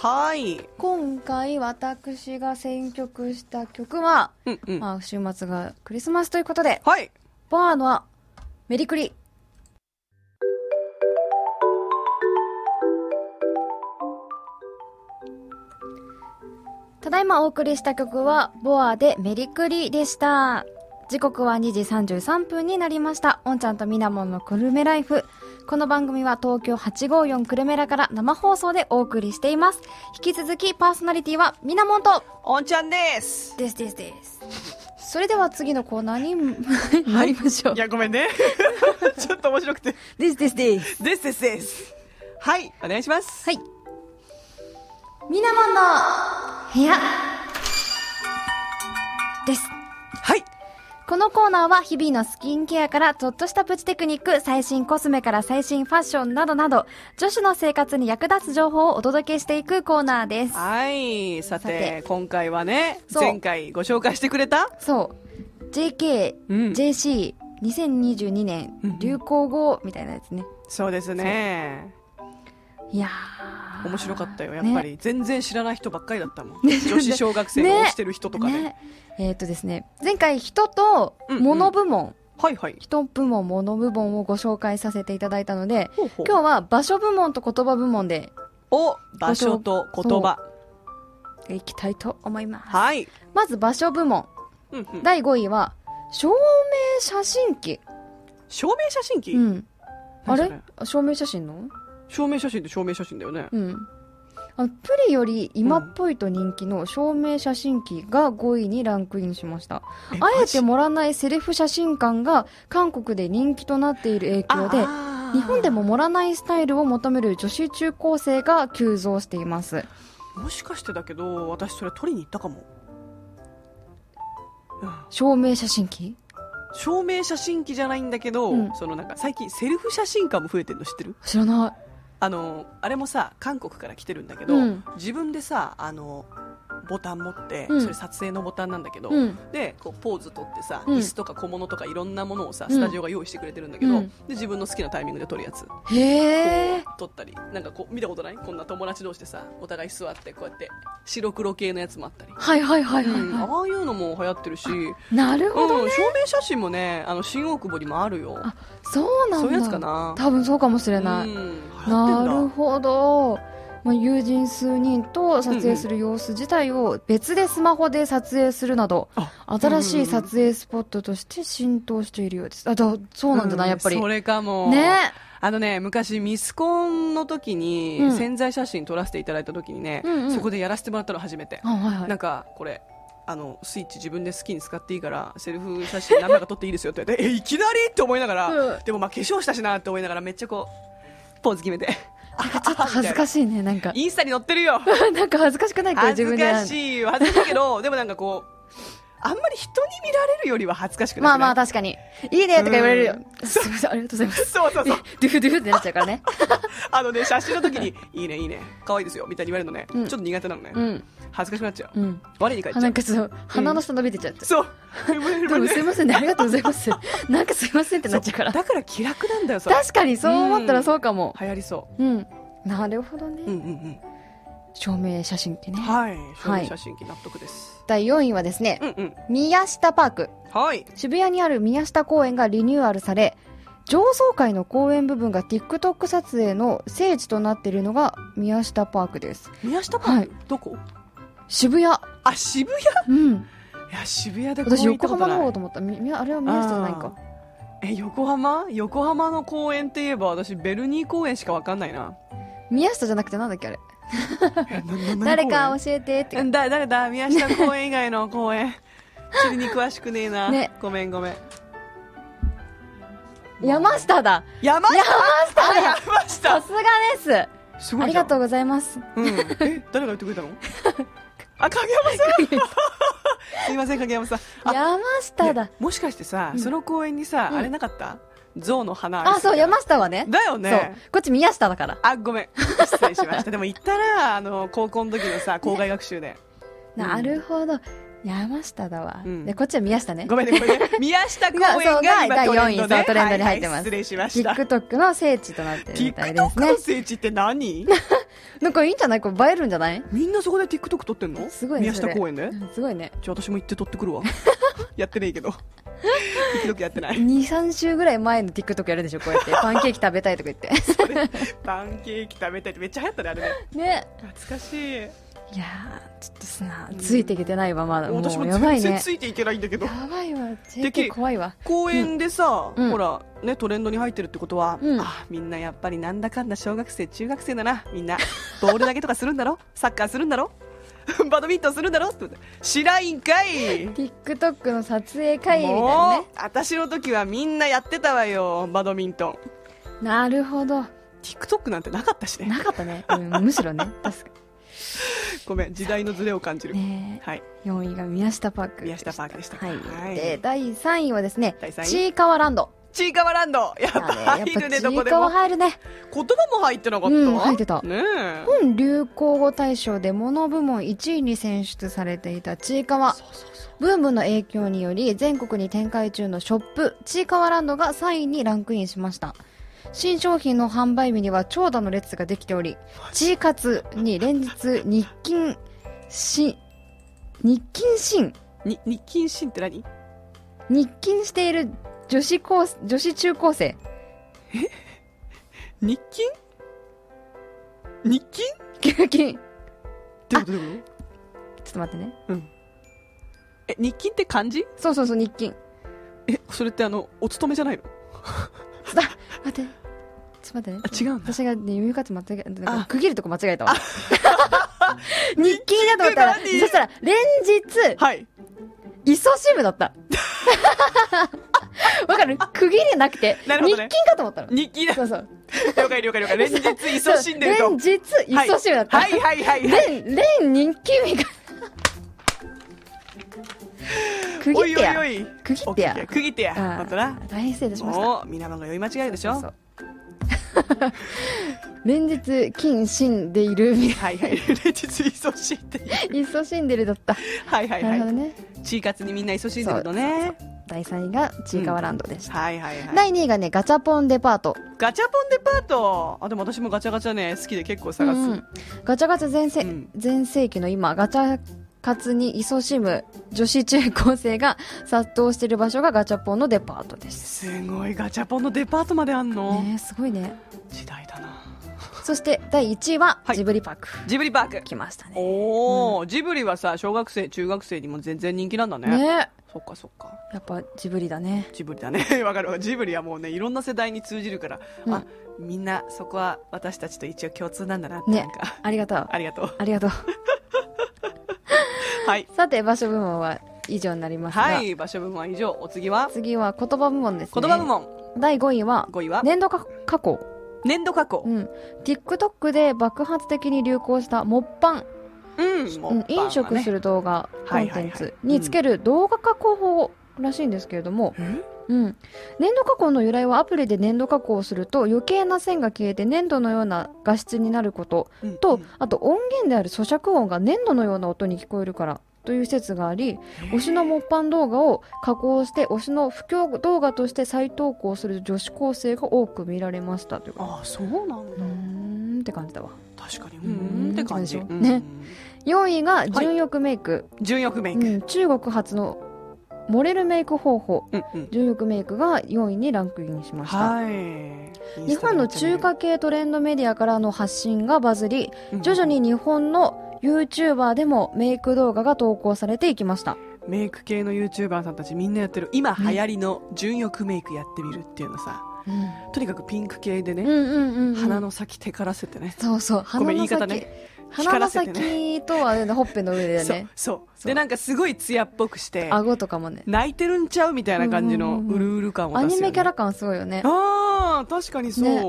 A: はい
B: 今回私が選曲した曲は、
A: うんうん。
B: まあ、週末がクリスマスということで
A: はい。
B: バーのメリクリただいまお送りした曲はボアでメリクリでした時刻は2時33分になりましたおんちゃんとみなもんのクルメライフこの番組は東京854クルメラから生放送でお送りしています引き続きパーソナリティはみなもんと
A: おんちゃんです。
B: ですですですそれでは次のコーナーに 参りましょう、
A: いや、ごめんね。 ちょっと面白くて。
B: ですですです
A: ですですです。はい、お願いします。
B: はい。みなもんの部屋です。
A: はい。
B: このコーナーは日々のスキンケアからちょっとしたプチテクニック、最新コスメから最新ファッションなどなど、女子の生活に役立つ情報をお届けしていくコーナーです。
A: はい。さて、
B: さて
A: 今回はね、
B: そう
A: 前回ご紹介してくれた
B: そう。JK、
A: うん
B: JC、2022年
A: うんうん
B: 流行語みたいなやつね。
A: そうですね。
B: いやー
A: 面白かったよ、やっぱ
B: ね
A: り。全然知らない人ばっかりだったもん。女子小学生が推してる人とかね。
B: ねえっ、とですね、前回人と物部門、
A: はいはい。
B: 人部門、物部門をご紹介させていただいたので、
A: ほうほう
B: 今日は場所部門と言葉部門で
A: お、場所と言葉。
B: いきたいと思います。
A: はい。
B: まず場所部門。
A: うんうん
B: 第5位は、証明写真機。
A: 証明写真機、
B: うん。
A: 何
B: あ
A: そ
B: れ証明写真の
A: 証明写真って証明写真だよね。
B: うん。あのプリより今っぽいと人気の証明写真機が5位にランクインしました。
A: え
B: あえてもらわないセルフ写真館が韓国で人気となっている影響で、日本でも盛らないスタイルを求める女子中高生が急増しています。
A: もしかしてだけど私それ取りに行ったかも、うん
B: 証明写真機
A: 証明写真機じゃないんだけど、
B: うん
A: そのなんか最近セルフ写真館も増えてるの知ってる
B: 知らな
A: あのあれもさ韓国から来てるんだけど、
B: うん
A: 自分でさあのボタン持って、
B: うん
A: それ撮影のボタンなんだけど、
B: うん
A: でこうポーズ取ってさ、
B: うん
A: 椅子とか小物とかいろんなものをさ
B: うん
A: スタジオが用意してくれてるんだけど、
B: うん
A: で自分の好きなタイミングで撮るやつ
B: いへえ
A: 撮ったりなんかこう見たことないこんな友達同士でさお互い座ってこうやって白黒系のやつもあったり
B: はいはいはいはい、
A: うん
B: は
A: ああいうのも流行ってるし、
B: いなる
A: う
B: ほ
A: ん、証
B: ど
A: 明
B: ね、
A: 写真もねあの新大久保にもあるよ
B: あそうなんだ
A: そういうやつかな
B: 多分そうかもしれない、
A: うん、流行ってん
B: な
A: だ
B: るほどまあ、友人数人と撮影する様子自体を別でスマホで撮影するなど、
A: あ
B: 新しい撮影スポットとして浸透しているようです。あ、だそうなんだな、
A: う
B: やっぱり。
A: それかも。
B: ね。
A: あのね、昔ミスコンの時
B: う
A: に
B: ん
A: 潜在写真撮らせていただいた時にね、
B: うんうん
A: そこでやらせてもらったの初めて。
B: あはいはい
A: なんか、これ。あのスイッチ自分で好きに使っていいからセルフ写真何枚か撮っていいですよって言ってえいきなりって思いながら、
B: うん
A: でもまあ化粧したしなって思いながらめっちゃこうポーズ決めて
B: ちょっと恥ずかしいね、なんか。
A: インスタに載ってるよ
B: なんか恥ずかしくないか、
A: 恥ず
B: 自分で。
A: かしいよ恥ずかしいけどでもなんかこうあんまり人に見られるよりは恥ずかしくなくない
B: まあまあ、確かに。いいねとか言われるよ
A: う。
B: すみません、ありがとうございま す。
A: そうそうそう
B: ドゥフドゥフってなっちゃうからね。
A: あのね、写真の時 に、いいね、いいね、可愛いですよ、みたいに言われるのね、
B: うん
A: ちょっと苦手なのね、
B: うん。
A: 恥ずかしくなっちゃう。
B: うん。
A: 我に返っち
B: あ
A: ゃ
B: な。
A: うん
B: かそう、鼻の下伸びてちゃって。
A: そう。
B: どうもすいませんね、ありがとうございます。 なんかすいませんってなっちゃうから。
A: だから気楽なんだよ、それ。
B: 確かにそう思ったらそうかも。
A: 流行りそ
B: うん。なるほど
A: う。うん
B: ね。
A: うんうん。
B: 証明写真ってね。
A: はい。
B: は
A: 証
B: い
A: 明写真機納得です。
B: 第4位はですね
A: う、んうん。
B: 宮下パーク。
A: はい。
B: 渋谷にある宮下公園がリニューアルされ、上層階の公園部分が TikTok 撮影の聖地となっているのが宮下パークです。
A: 宮下パ
B: は
A: ー
B: い
A: ク、どこ
B: 渋谷。
A: あ、渋谷
B: うん。
A: いや、渋谷で公園
B: 私
A: 行ったこ
B: 横
A: と
B: 浜
A: ない
B: の方と思った。みみあれは宮下じゃないか。
A: あーえ、横浜横浜の公園って言えば、私、ベルニー公園しかわかんない な。
B: 宮下じゃなくてなんだっけあれ。
A: えなな何公園
B: 誰か教えてって。
A: うんだ誰だ宮下公園以外の公 園地理に詳しくねえな、
B: ね
A: ごめんごめん
B: 山下だ
A: 山下
B: 山下だ
A: 山下
B: さすがです
A: すごい
B: ありがと
A: う、
B: うございます。
A: うん、え誰が言ってく れたのあ影山さんすいません影山さんあ
B: 山下だ
A: ね。もしかしてさ、
B: うん
A: その公園にさ、
B: うん
A: あれなかった象の花
B: あ、そう、山下はね。
A: だよ
B: そ
A: ね
B: う。こっち宮下だから。
A: あごめん失礼しましたでも行ったらあの高校の時のさ校外学習で、
B: なるほど。山下だわ。
A: うん
B: で、こっちは宮下ね。
A: ごめんねごめんね宮下公園
B: そ
A: が
B: うが
A: 今
B: 第
A: ト
B: 四
A: レ
B: 位
A: ンドね
B: そうトレンドに入って
A: はい
B: ます
A: はい、失礼しました
B: TikTok の聖地となってるみたいです
A: TikTok
B: ね
A: の。聖地って 何
B: なんかいいんじゃないこれ映えるんじゃない
A: みんなそこで TikTok 撮ってんの
B: すごいね
A: 宮下公園で
B: うんすごいね。
A: じゃあ私も行って撮って くるわやってねえけど TikTok やってない
B: 2、3週ぐらい前の TikTok やるでしょ こうやって。パンケーキ食べたいとか言って。
A: パンケーキ食べたいってめっちゃ流行ったねあれね
B: ね。
A: 懐かしい
B: いやー、ちょっとさ、ついてきてないわ、まだ。も
A: 私も
B: うやば
A: 全
B: い
A: 然
B: ね。
A: ついていけないんだけど
B: やばいわ。
A: てっき
B: JK
A: り
B: 怖いわ。
A: 公園でさ、
B: うん
A: ほらねトレンドに入ってるってことは、
B: うん
A: あみんなやっぱりなんだかんだ小学生中学生だなみんなボール投げとかするんだろサッカーするんだろ バドミントンするんだろってことしないんかい
B: TikTok の撮影会みたいな
A: もう
B: ね。
A: 私の時はみんなやってたわよバドミントン
B: なるほど。
A: TikTok なんてなかったしね
B: なかったね。うんむしろね。確か
A: ごめん時代のズレを感じる、
B: に。ね
A: はい
B: 4位が宮下パーク。
A: 宮下パークでした
B: はい。
A: はい
B: で、第3位はですね
A: 第、三位
B: ちいかわランド。
A: ちいかわランドやっぱ
B: あれ
A: 入るね
B: や
A: ど
B: っぱ
A: こ
B: ちい
A: で
B: かわ
A: も
B: 入るね。
A: 言葉も入ってなかった、
B: うん入ってた
A: ねえ
B: 本流行語大賞で物部門1位に選出されていたちいかわ。
A: そうそうそう
B: ブームの影響により全国に展開中のショップちいかわランドが3位にランクインしました新商品の販売日には長蛇の列ができておりちいかつに連日日勤し日勤新
A: に日勤シーンって何
B: 日勤している女子高女子中高生
A: 日勤日勤
B: 給勤ち
A: って
B: ょ
A: ことどういうこ
B: っと待ってね
A: とえ日勤って漢字
B: そうそうそう日勤
A: えそれってあのお勤めじゃないの
B: 待ってちょっと待っ
A: あ
B: てね
A: 違うんだ
B: 私がね読み方間違えなんか
A: あ
B: 区切るとこ間違えたわ 日勤だと思ったら
A: 日
B: そ
A: 勤
B: したら連日
A: はい
B: 勤しむだった わかる区切りなくて
A: なるほど
B: 日
A: ね
B: 勤かと思ったの
A: 日勤だ
B: そうそう
A: 了解了解了解連日勤しんでる
B: そう
A: と
B: 連日勤しむだった、
A: はいはいはいはい
B: 連連日勤みたいな区
A: お
B: 切っ
A: い
B: て
A: おい
B: や
A: おい
B: 区切って
A: オッケーオッ
B: や
A: ケー区切ってや
B: あ
A: 本当な
B: 大変失礼いたしました
A: もう皆さんが読み間違えるでしょ
B: そう 連日勤しんでいるみたい
A: はいはい連日勤しんで る
B: な勤しんでるだった
A: はいはい
B: なるほ
A: は
B: ど
A: い
B: ね
A: 地活にみんな勤しんでるのね
B: 第3位がちいかわランドでした、
A: はいはいはい
B: 第2位がねガチャポンデパート
A: ガチャポンデパートあでも私もガチャガチャね好きで結構探す、
B: うんうんガチャガチャ全盛、
A: うん
B: 全盛期の今ガチャ活に勤しむ女子中高生が殺到している場所がガチャポンのデパートです
A: すごいガチャポンのデパートまであんの、
B: ねえすごいね
A: 時代だな
B: そして第1位は
A: はい
B: ジブリパーク。
A: ジブリパーク
B: 来ましたね。
A: おお、ジブリはさ小学生中学生にも全然人気なんだね
B: ね
A: そっかそっか
B: やっぱジブリだね。
A: ジブリだね わかるわジブリはもうねいろんな世代に通じるから、
B: うん
A: あみんなそこは私たちと一応共通なんだなってな
B: ね
A: んか、。
B: ありがとう。
A: ありがとう
B: ありがとう。
A: はい
B: さて、場所部門 は以上になりますが、
A: はい場所部門は以上お次は
B: 次は言葉部門ですね。
A: 言葉部門
B: 第5位は、
A: 5位は
B: 年度か過去。
A: 年度加工
B: うん。TikTok で爆発的に流行したモッパン。
A: うん、もう
B: うん飲食す
A: る
B: る動画コ
A: はい
B: ン
A: は
B: テ
A: い
B: ン
A: はい
B: ツにつける動画加工法らしいんですけれども、うん、粘土加工の由来はアプリで粘土加工をすると余計な線が消えて粘土のような画質になることと、あと音源である咀嚼音が粘土のような音に聞こえるからという説があり推しのモッパン動画を加工して推しの布教動画として再投稿する女子高生が多く見られましたということ
A: ああそうなん
B: う
A: だ、
B: ーんって感じだわ
A: 確かにう
B: うん
A: ーんって感じ、
B: そうで
A: うん、
B: しょね4位が純欲メイク、
A: 純欲メイク、
B: うん、中国発の漏れるメイク方法
A: うんうん
B: 純欲メイクが4位にランクインしました
A: はい
B: 日本の中華系トレンドメディアからの発信がバズり
A: うん
B: 徐々に日本の YouTuber でもメイク動画が投稿されていきました
A: メイク系の YouTuber さんたちみんなやってる今流行りの純欲メイクやってみるっていうのさ
B: うん
A: とにかくピンク系で
B: う
A: ね、
B: んうんうん
A: 鼻の先テカらせてね
B: そうそう
A: ご
B: 鼻
A: めん言
B: の
A: い方
B: 先、
A: ね
B: 鼻の
A: 光らせ
B: 先とはねほっぺの上で
A: そ
B: ね
A: うそう
B: そう
A: でなんかすごい艶っぽくして
B: 顎とかもね
A: 泣いてるんちゃうみたいな感じの
B: うんうんうん
A: うるうる感を出す
B: ア
A: よ、ね、
B: ニメキャラ感すごいよね
A: ああ確かにそう、
B: な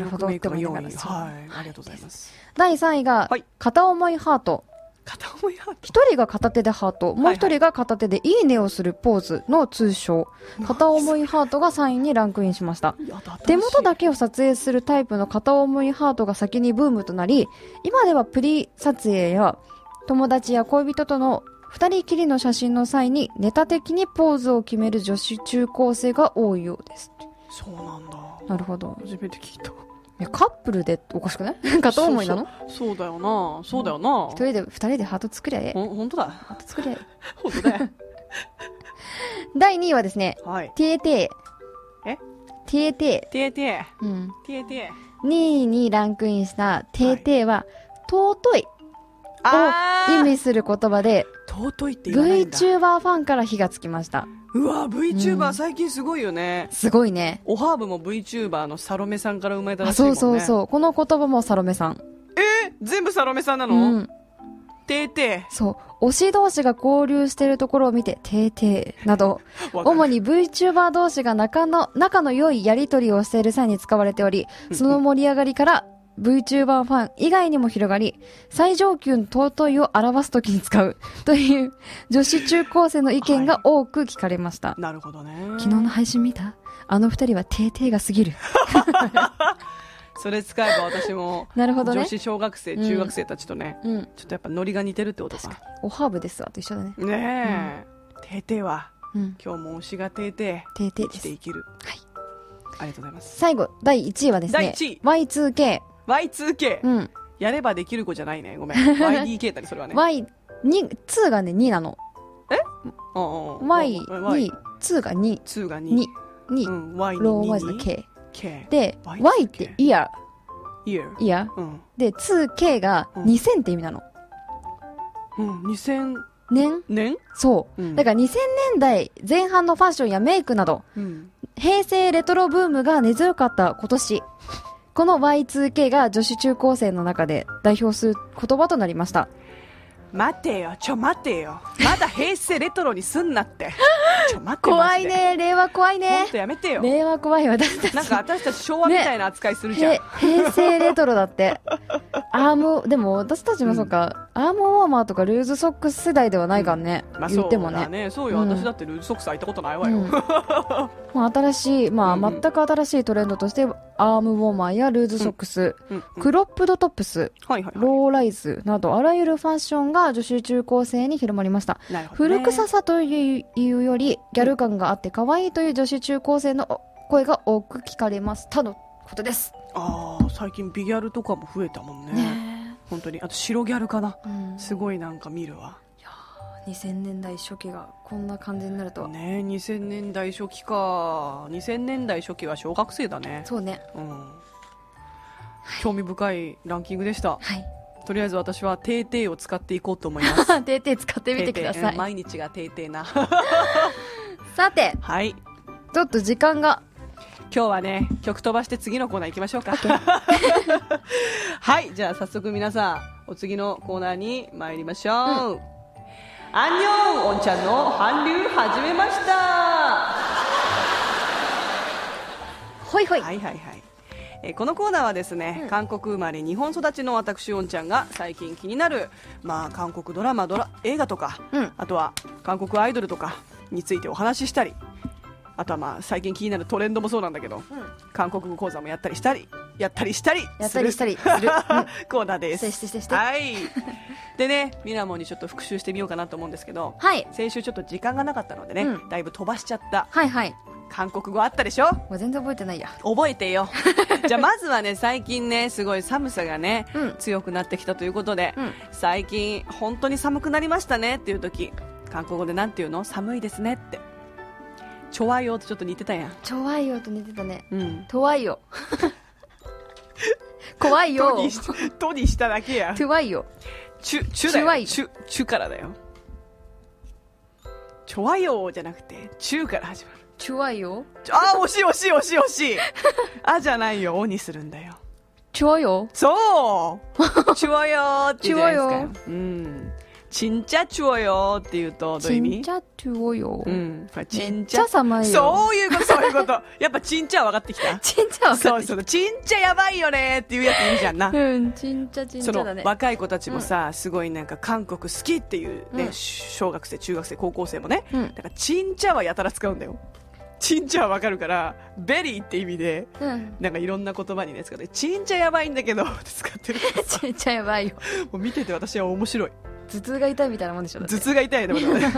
B: るほど
A: 純欲メイクの
B: って思
A: 4
B: いなが
A: 位
B: らそう
A: はいありがとうございます
B: 第3位が
A: はい
B: 片思いハート
A: 片思いハート
B: 一人が片手でハート、もう一人が片手でいいねをするポーズの通称、片思いハートが3位にランクインしました。
A: やだ
B: 手元だ
A: け
B: けを撮影するタイプの片思いハートが先にブームとなり、今ではプリ撮影や友達や恋人との二人きりの写真の際にネタ的にポーズを決める女子中高生が多いようです。
A: そうなんだ
B: なるほど。
A: 初めて聞いた
B: いやカップルでおかしくない片思いなの
A: そうそうだよなそうだよな
B: 一、人で二人でハート作りゃええ。
A: ほん本当だ
B: ハート作りゃええ。
A: 本当だよ
B: 第2位はですね、
A: はい
B: テーテー。
A: え
B: テーテ
A: てえてえ
B: ー。うん。
A: てえてえ
B: 2位にランクインしたテーテーは、尊いを意
A: ー
B: 味する言葉で、
A: 尊いって言わないんだ
B: VTuber ファンから火がつきました。
A: うわ
B: う
A: VTuber
B: ん
A: 最近すごいよね
B: すごいね。
A: おはーブも VTuber のサロメさんから生まれた
B: あ
A: らしいも
B: そ
A: んね
B: うそう
A: う
B: そう。この言葉もサロメさん。
A: 全部サロメさんな
B: う
A: の
B: ん。
A: てえて
B: そう。推し同士が交流してるところを見て、テーテーなど、
A: え
B: 主
A: に
B: に VTuber 同士が仲の、仲の良いやりとりをしている際に使われており、その盛り上がりから VTuber ファン以外にも広がり、最上級の尊いを表すときに使うという女子中高生の意見が多く聞かれました。
A: なるほどね
B: 昨日の配信見たあの二人は定ーが過ぎる。
A: それ使えば私も
B: なるほどね
A: 女子小学生
B: うん
A: 中学生たちとね
B: うん。
A: ちょっとやっぱノリが似てるってこと
B: 確
A: か
B: かに。おハーブですわと一緒だね。
A: ねえてえてえは
B: うん。
A: 今日も推しがてえて
B: 定
A: え生
B: ーで
A: きて
B: す。
A: 生きる
B: はい
A: ありがとうございます
B: 最後、第1位はですね。Y2K。
A: Y2K
B: うん。
A: やればできる子じゃないねご めん YDK だねそれはね
B: Y、に、2がね、2なの。
A: うんうん
B: Y
A: うん
B: に、2が2。
A: 2が2
B: 2。2
A: う。ん Y に
B: ローマ字の
A: K
B: K。
A: K
B: で、
A: Y
B: Y ってイヤ
A: Year
B: ー、イヤー。
A: うん
B: で、2K が
A: うん
B: 2000って意味なの。
A: うん2000
B: 年
A: 年
B: そう。
A: うん
B: だから2000年代前半のファッションやメイクなど、
A: うん
B: 平成レトロブームが根強かった今年。この Y2K が女子中高生の中で代表する言葉となりました。
A: 待てよちょ待てよまだ平成レトロにすんなって ちょ待って
B: 怖いね、令和怖い
A: も
B: ね
A: っ。とやめてよ
B: 令和怖い私たち。
A: なんか私たち昭和みたいな扱いするじゃん
B: へ平成レトロだって。アーム、でも私たちもそうか、アームウォーマーとかルーズソックス世代ではないからね。
A: まあ
B: 言
A: そ
B: っ
A: う
B: てもね
A: だ。ねそうよ
B: うん
A: 私だってルーズソックス履いたことないわよ
B: うん まあ、新しい、まあ、
A: うんうん
B: 全く新しいトレンドとして、アームウォーマーやルーズソックス、
A: うんうん
B: クロップドトップス、
A: はいはいは
B: ローライズなど、あらゆるファッションが女子中高生に広まりました。
A: いなるほどね
B: 古臭さというより、ギャル感があって可愛いという女子中高生の声が多く聞かれましたのことです。
A: ああ最近ビギャルとかも増えたもんね
B: ね
A: 本当にあと白ギャルかな
B: え、うん、
A: すごいなんか見るわ
B: 2000年代初期がこんな感じになるとは。
A: ねえ2000年代初期か2000年代初期は小学生だね
B: そうね。
A: うん興味深いランキングでした。
B: はい。
A: とりあえず私はテーテーを使っていこうと思い ます。
B: てーてー使ってみてくだ
A: テーテー
B: さ
A: うん
B: い。
A: 毎日がテーテー な。
B: さて、
A: はい。
B: ちょっと時間が。
A: 今日はね曲飛ばして次のコーナー行きましょうか はいじゃあ早速皆さんお次のコーナーに参りましょう、アンニョンおんちゃんの韓流始めましたは
B: ほいほい。
A: いはいはいえーこのコーナーはですね、
B: うん
A: 韓国生まれ日本育ちの私おんちゃんが最近気になる、まあ、韓国ドラマドラ映画とか、
B: うん
A: あとは韓国アイドルとかについてお話ししたりあとはまあ最近気になるトレンドもそうなんだけど、韓国語講座もやったりしたりやったりしたり
B: やったりしたり
A: す
B: する。うん
A: る コーナーです
B: してしてしてして
A: はいでねミラモンにちょっと復習してみようかなと思うんですけど
B: はい。
A: 先週ちょっと時間がなかったのでね、
B: うん
A: だいぶ飛ばしちゃった
B: はいはい。
A: 韓国語あったでしょ
B: もう全然覚えてないや。
A: 覚えてよ じゃあまずはね最近ねすごい寒さがね、
B: うん
A: 強くなってきたということで、
B: うん
A: 最近本当に寒くなりましたねっていう時韓国語でなんて言うの寒いですねってちょわよとちょっと似てたやん
B: ちょわいよと似てたね。
A: うん
B: とわ いよ。怖いよ
A: と。にし とにしただけや
B: とわいよ。
A: ちゅ、ちゅだ
B: ちゅわ
A: よ。
B: い
A: ちゅ、ちゅからだよ。ちょわよじゃなくて、ちゅから始まる。
B: ちょわいよ。
A: ちょあー、惜しい惜しい惜しい惜し い。あじゃないよ、おにするんだよ。
B: ちょわよ。
A: そうちゅわよーって言うじゃないですか。う
B: ち
A: ん。ちんちゃちゅわよーって言うと、どういう意
B: ちん
A: 味
B: ちゃちょよ
A: う。ん。ほらちんち
B: めっ
A: ゃ。
B: ちゃ寒いよ
A: そういうこと、そういう こと。やっぱちんちゃは分かってきた。
B: ちんちゃわ
A: そ
B: か
A: う
B: ってき
A: そう。ちんちゃやばいよねーっていうやついいじゃんな
B: た。。うん、ちんちゃちんち
A: そ
B: ゃ
A: の
B: だね。
A: 若い子たちもさ、すごいなんか韓国好きっていうね、
B: うん
A: 小学生中学生高校生もね、
B: うん
A: だからチンチャはやたら使うんだよチンチャはわかるからベリーって意味で
B: うん。
A: なんかいろんな言葉にね使ってチンチャやばいんだけどって使ってるからさ
B: ちんちゃやばいよ。
A: もう見てて私は面白い
B: 頭痛が痛いみたいなもんでしょ。だって
A: 頭痛が痛いってこと ね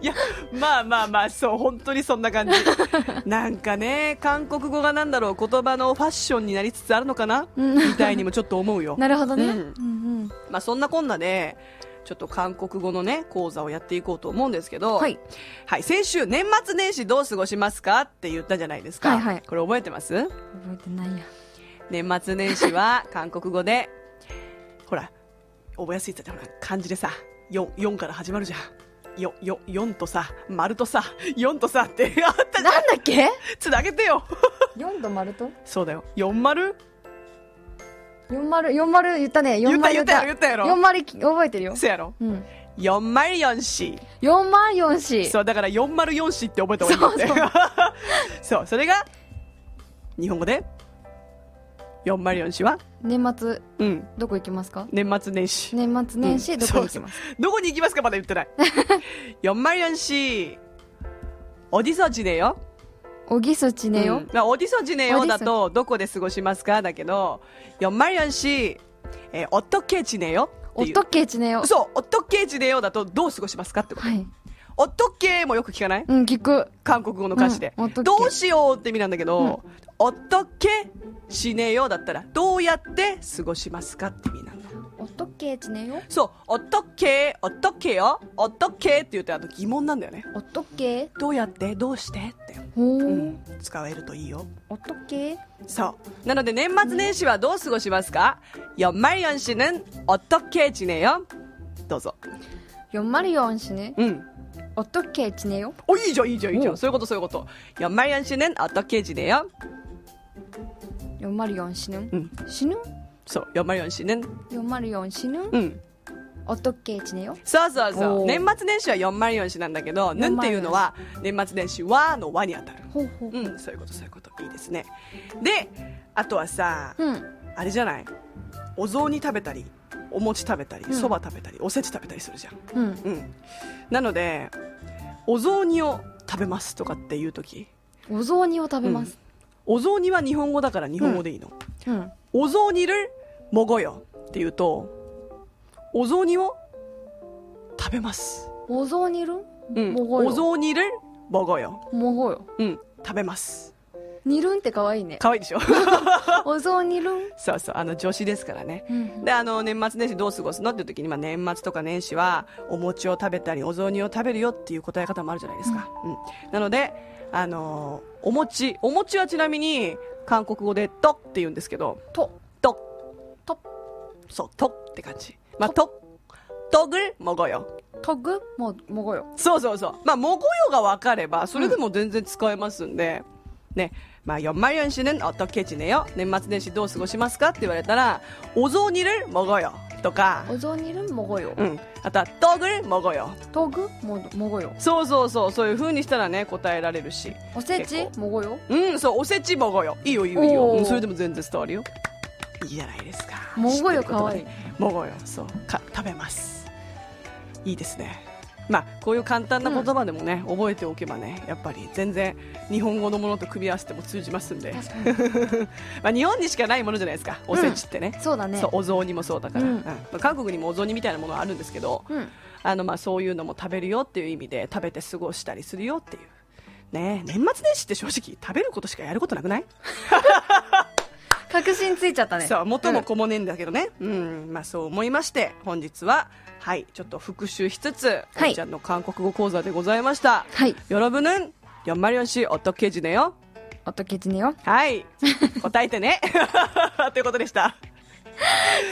A: いやまあまあまあそう本当にそんな 感じなんかね韓国語がなんだろう言葉のファッションになりつつあるのかな
B: うん
A: みたいにもちょっと思うよ
B: なるほどね。
A: う
B: うんんうん。
A: まあ、そんなこんなで、ちょっと韓国語のね、講座をやっていこうと思うんですけど、
B: はい。
A: はい、先週、年末年始どう過ごしますかって言ったじゃないですか。
B: はいはい
A: これ覚えてます
B: 覚えてないや。
A: 年末年始は韓国語で、ほら、覚えやすいって言ったらほら、漢字でさ、4、4から始まるじゃん。よ、よ、4とさ、丸とさ、4とさって あったじゃん
B: なんだっけ
A: つなげてよ
B: 四度丸と
A: そうだよ。4丸
B: 四丸、四丸言ったね。
A: 言っ
B: 四
A: た
B: 丸
A: 言ったやろ言ったや
B: 四
A: ろ
B: 丸き覚えてるよ。
A: そやろ
B: うん。
A: ?4 丸4四。
B: 四丸四四。
A: そうだから404四って覚えた方がいいよね そうそれが日本語で404四は
B: 年末、
A: うん
B: どこ行きますか
A: 年末年始、
B: 年末年始、
A: うん
B: どこ行きます
A: どこに行きますかまだ言って ない404四おじそじねよ。
B: おぎそちね
A: う
B: よ
A: ん。まあ、おじそじねよだと、どこで過ごしますかだけど、404四、えー、おっとけちねよ。
B: おっとけちねよ。
A: そう、おっとけちねよだと、どう過ごしますかってこと。
B: はい。
A: おっとけもよく聞かない
B: うん、聞く。
A: 韓国語の歌詞で、
B: うんおっとけ
A: どうしようって意味なんだけど、おっとけしねよだったらどうやって過ごしますかって意味なんだ
B: おっとけちねよ。
A: そうおっとけおっとけよおっとけって言うとあと疑問なんだよね
B: おっとけ。
A: どうやってどうしてって、う
B: ほー
A: ん。、使えるといいよ
B: おっとけ。
A: そうなので年末年始はどう過ごしますか404四는어떻게지내요どうぞ
B: 四丸四四ね。
A: うん
B: おっとけちねよ。
A: おいいじゃんいいじゃんいいじゃ
B: お
A: んそういうことそういうこと404四는어떻게지내요
B: 四丸四四ね。
A: うん
B: 死ぬ
A: そう404四는
B: 四丸四四ね。
A: うん
B: おっとけちねよ。
A: そうそうそ
B: お
A: う。
B: ー
A: 年末年始は404四なんだけど、ぬんっていうのは、年末年始はの和に当たる。
B: ほうほう。
A: うん、そういうこと、そういうこと。いいですね。で、あとはさ、
B: うん。
A: あれじゃないお雑煮食べたり、お餅食べたり、
B: ん
A: そば食べたり、おせち食べたりするじゃん。
B: うん。
A: うん。なので、お雑煮を食べますとかっていうとき、
B: お雑煮を食べます。
A: お雑煮は日本語だから日本語でいいの。
B: うん。
A: お雑煮るもごよっていうと、お雑煮を食べます。
B: お雑煮る
A: うん
B: もごよ
A: お雑煮る먹어요。
B: もごよ。
A: うん、食べます。
B: 煮るんって可愛いね。
A: 可愛いでしょ
B: お雑煮るん。
A: そうそう、あの、女子ですからね。
B: うん。
A: で、あの、年末年始どう過ごすのっていう時に、まあ、年末とか年始は、お餅を食べたり、お雑煮を食べるよっていう答え方もあるじゃないですか。うん。なので、あのーお餅、お餅はちなみに、韓国語で「と」って言うんですけど
B: と、
A: 「と
B: と、」
A: そう「と」って感じまあ「と」「とぐるもごよ
B: とぐ、も、もごよ。」
A: そうそうそうまあ「もごよ」が分かればそれでも全然使えますんで、ねまあ、연말연시는 어떻게 지내요?年末年始どう過ごしますかって言われたら、お雑煮る먹어요とか、
B: お雑煮るもごよ
A: う。ん。あとは、떡을먹어요
B: とぐ、も、もごよ。
A: そうそうそう、そういう風にしたらね、答えられるし。
B: おせち
A: 結
B: もご よ。
A: うん、そう、おせちもごよ。いいよ、いいよ、いいよ。
B: おー
A: うんそれでも全然伝わるよ。いいじゃないですか。
B: もご
A: 知ってる
B: よ
A: こと
B: かわいい
A: ね。もごよ、そう、か、食べます。いいですね。まあ、こういう簡単な言葉でもね、覚えておけばね、やっぱり全然日本語のものと組み合わせても通じますんで、
B: 確かに。
A: まあ、日本にしかないものじゃないですか、おせちってね。
B: そうだね
A: そう。お雑煮もそうだから、
B: うん
A: うんまあ韓国にもお雑煮みたいなものはあるんですけど、
B: うん。
A: あのまあそういうのも食べるよっていう意味で食べて過ごしたりするよっていう、ね、年末年始って正直食べることしかやることなくない、
B: 確信ついちゃったね。
A: そう元も
B: ん
A: 子もねえんだけどね、うんまあ、そう思いまして本日は、はい、ちょっと復習しつつ、
B: はい
A: おんちゃんの韓国語講座でございました。
B: はい。
A: よろぶぬんよんまりよしおとけじねよ
B: おとけじねよ。
A: はい 答えてね ということでした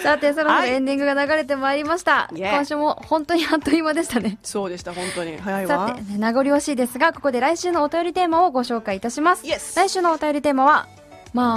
B: さて、そろそろ
A: はい
B: エンディングが流れてまいりました。
A: イエーイ
B: 今週も本当にあっという間でしたね。
A: そうでした本当に早い
B: さ
A: わ
B: て、名残惜しいですが、ここで来週のお便りテーマをご紹介いたします。
A: Yes
B: 来週のお便りテーマは、
A: う
B: ま
A: ん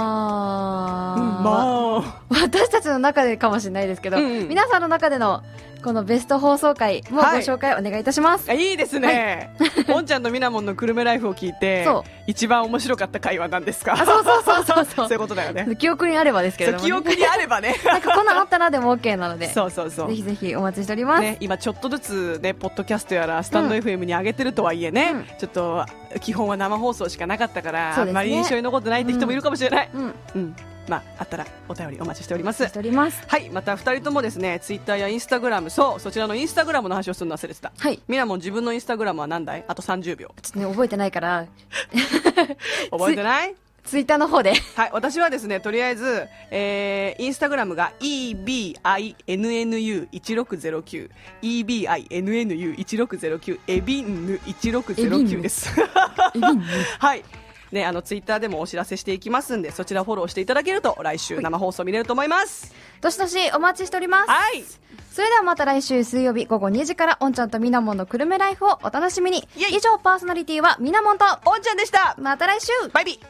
B: あ、
A: まあ
B: 私たちの中でかもしれないですけど、
A: うんうん
B: 皆さんの中でのこのベスト放送回もご
A: はい
B: 紹介お願いいたします。
A: あいいですね。もんちゃんのみなもんのクルメライフを聞いて
B: そう、
A: 一番面白かった会話なんですか
B: あそうそうそうそうそう
A: そういうことだよね。
B: 記憶にあればですけれども、
A: そう記
B: ね、
A: 憶にあればね。
B: なんかこんなのあったなでも OK なので、ぜ
A: そうそうそう
B: ひ。ぜひお待ちしております。
A: ね、今ちょっとずつね、ポッドキャストやらスタンド
B: うん
A: FM に上げてるとはいえね、
B: うん
A: ちょっと基本は生放送しかなかったから、
B: そ
A: あ
B: うですね
A: んまり印象に残ってないって人もいるかもしれない。
B: うん、
A: うん、まああったらお便りお待ちしておりま
B: お待ち
A: す
B: して。おります。
A: はい、また二人ともですね、ツイッターやインスタグラム、そう、そちらのインスタグラムの話をするの忘れてた。
B: はい。ちょ
A: みなもん自分のインスタグラムは何だい？あと30秒。
B: っとね、覚えてないから、
A: 覚えてない？
B: ツイッター の方で。
A: はい、私はですね、とりあえず、えー、インスタグラムが ebinnu1609、ebinnu1609、エビンヌ1609です。 はい。ね、あの、ツイッターでもお知らせしていきますんで、そちらフォローしていただけると、来週生放送見れると思います。
B: どしどしお待ちしております。
A: はい。
B: それではまた来週水曜日午後2時から、おんちゃんとみなもんのくるめライフをお楽しみに
A: イエ。イ
B: 以上、パーソナリティはみなもんと、
A: おんちゃんでした
B: また来週
A: バイビー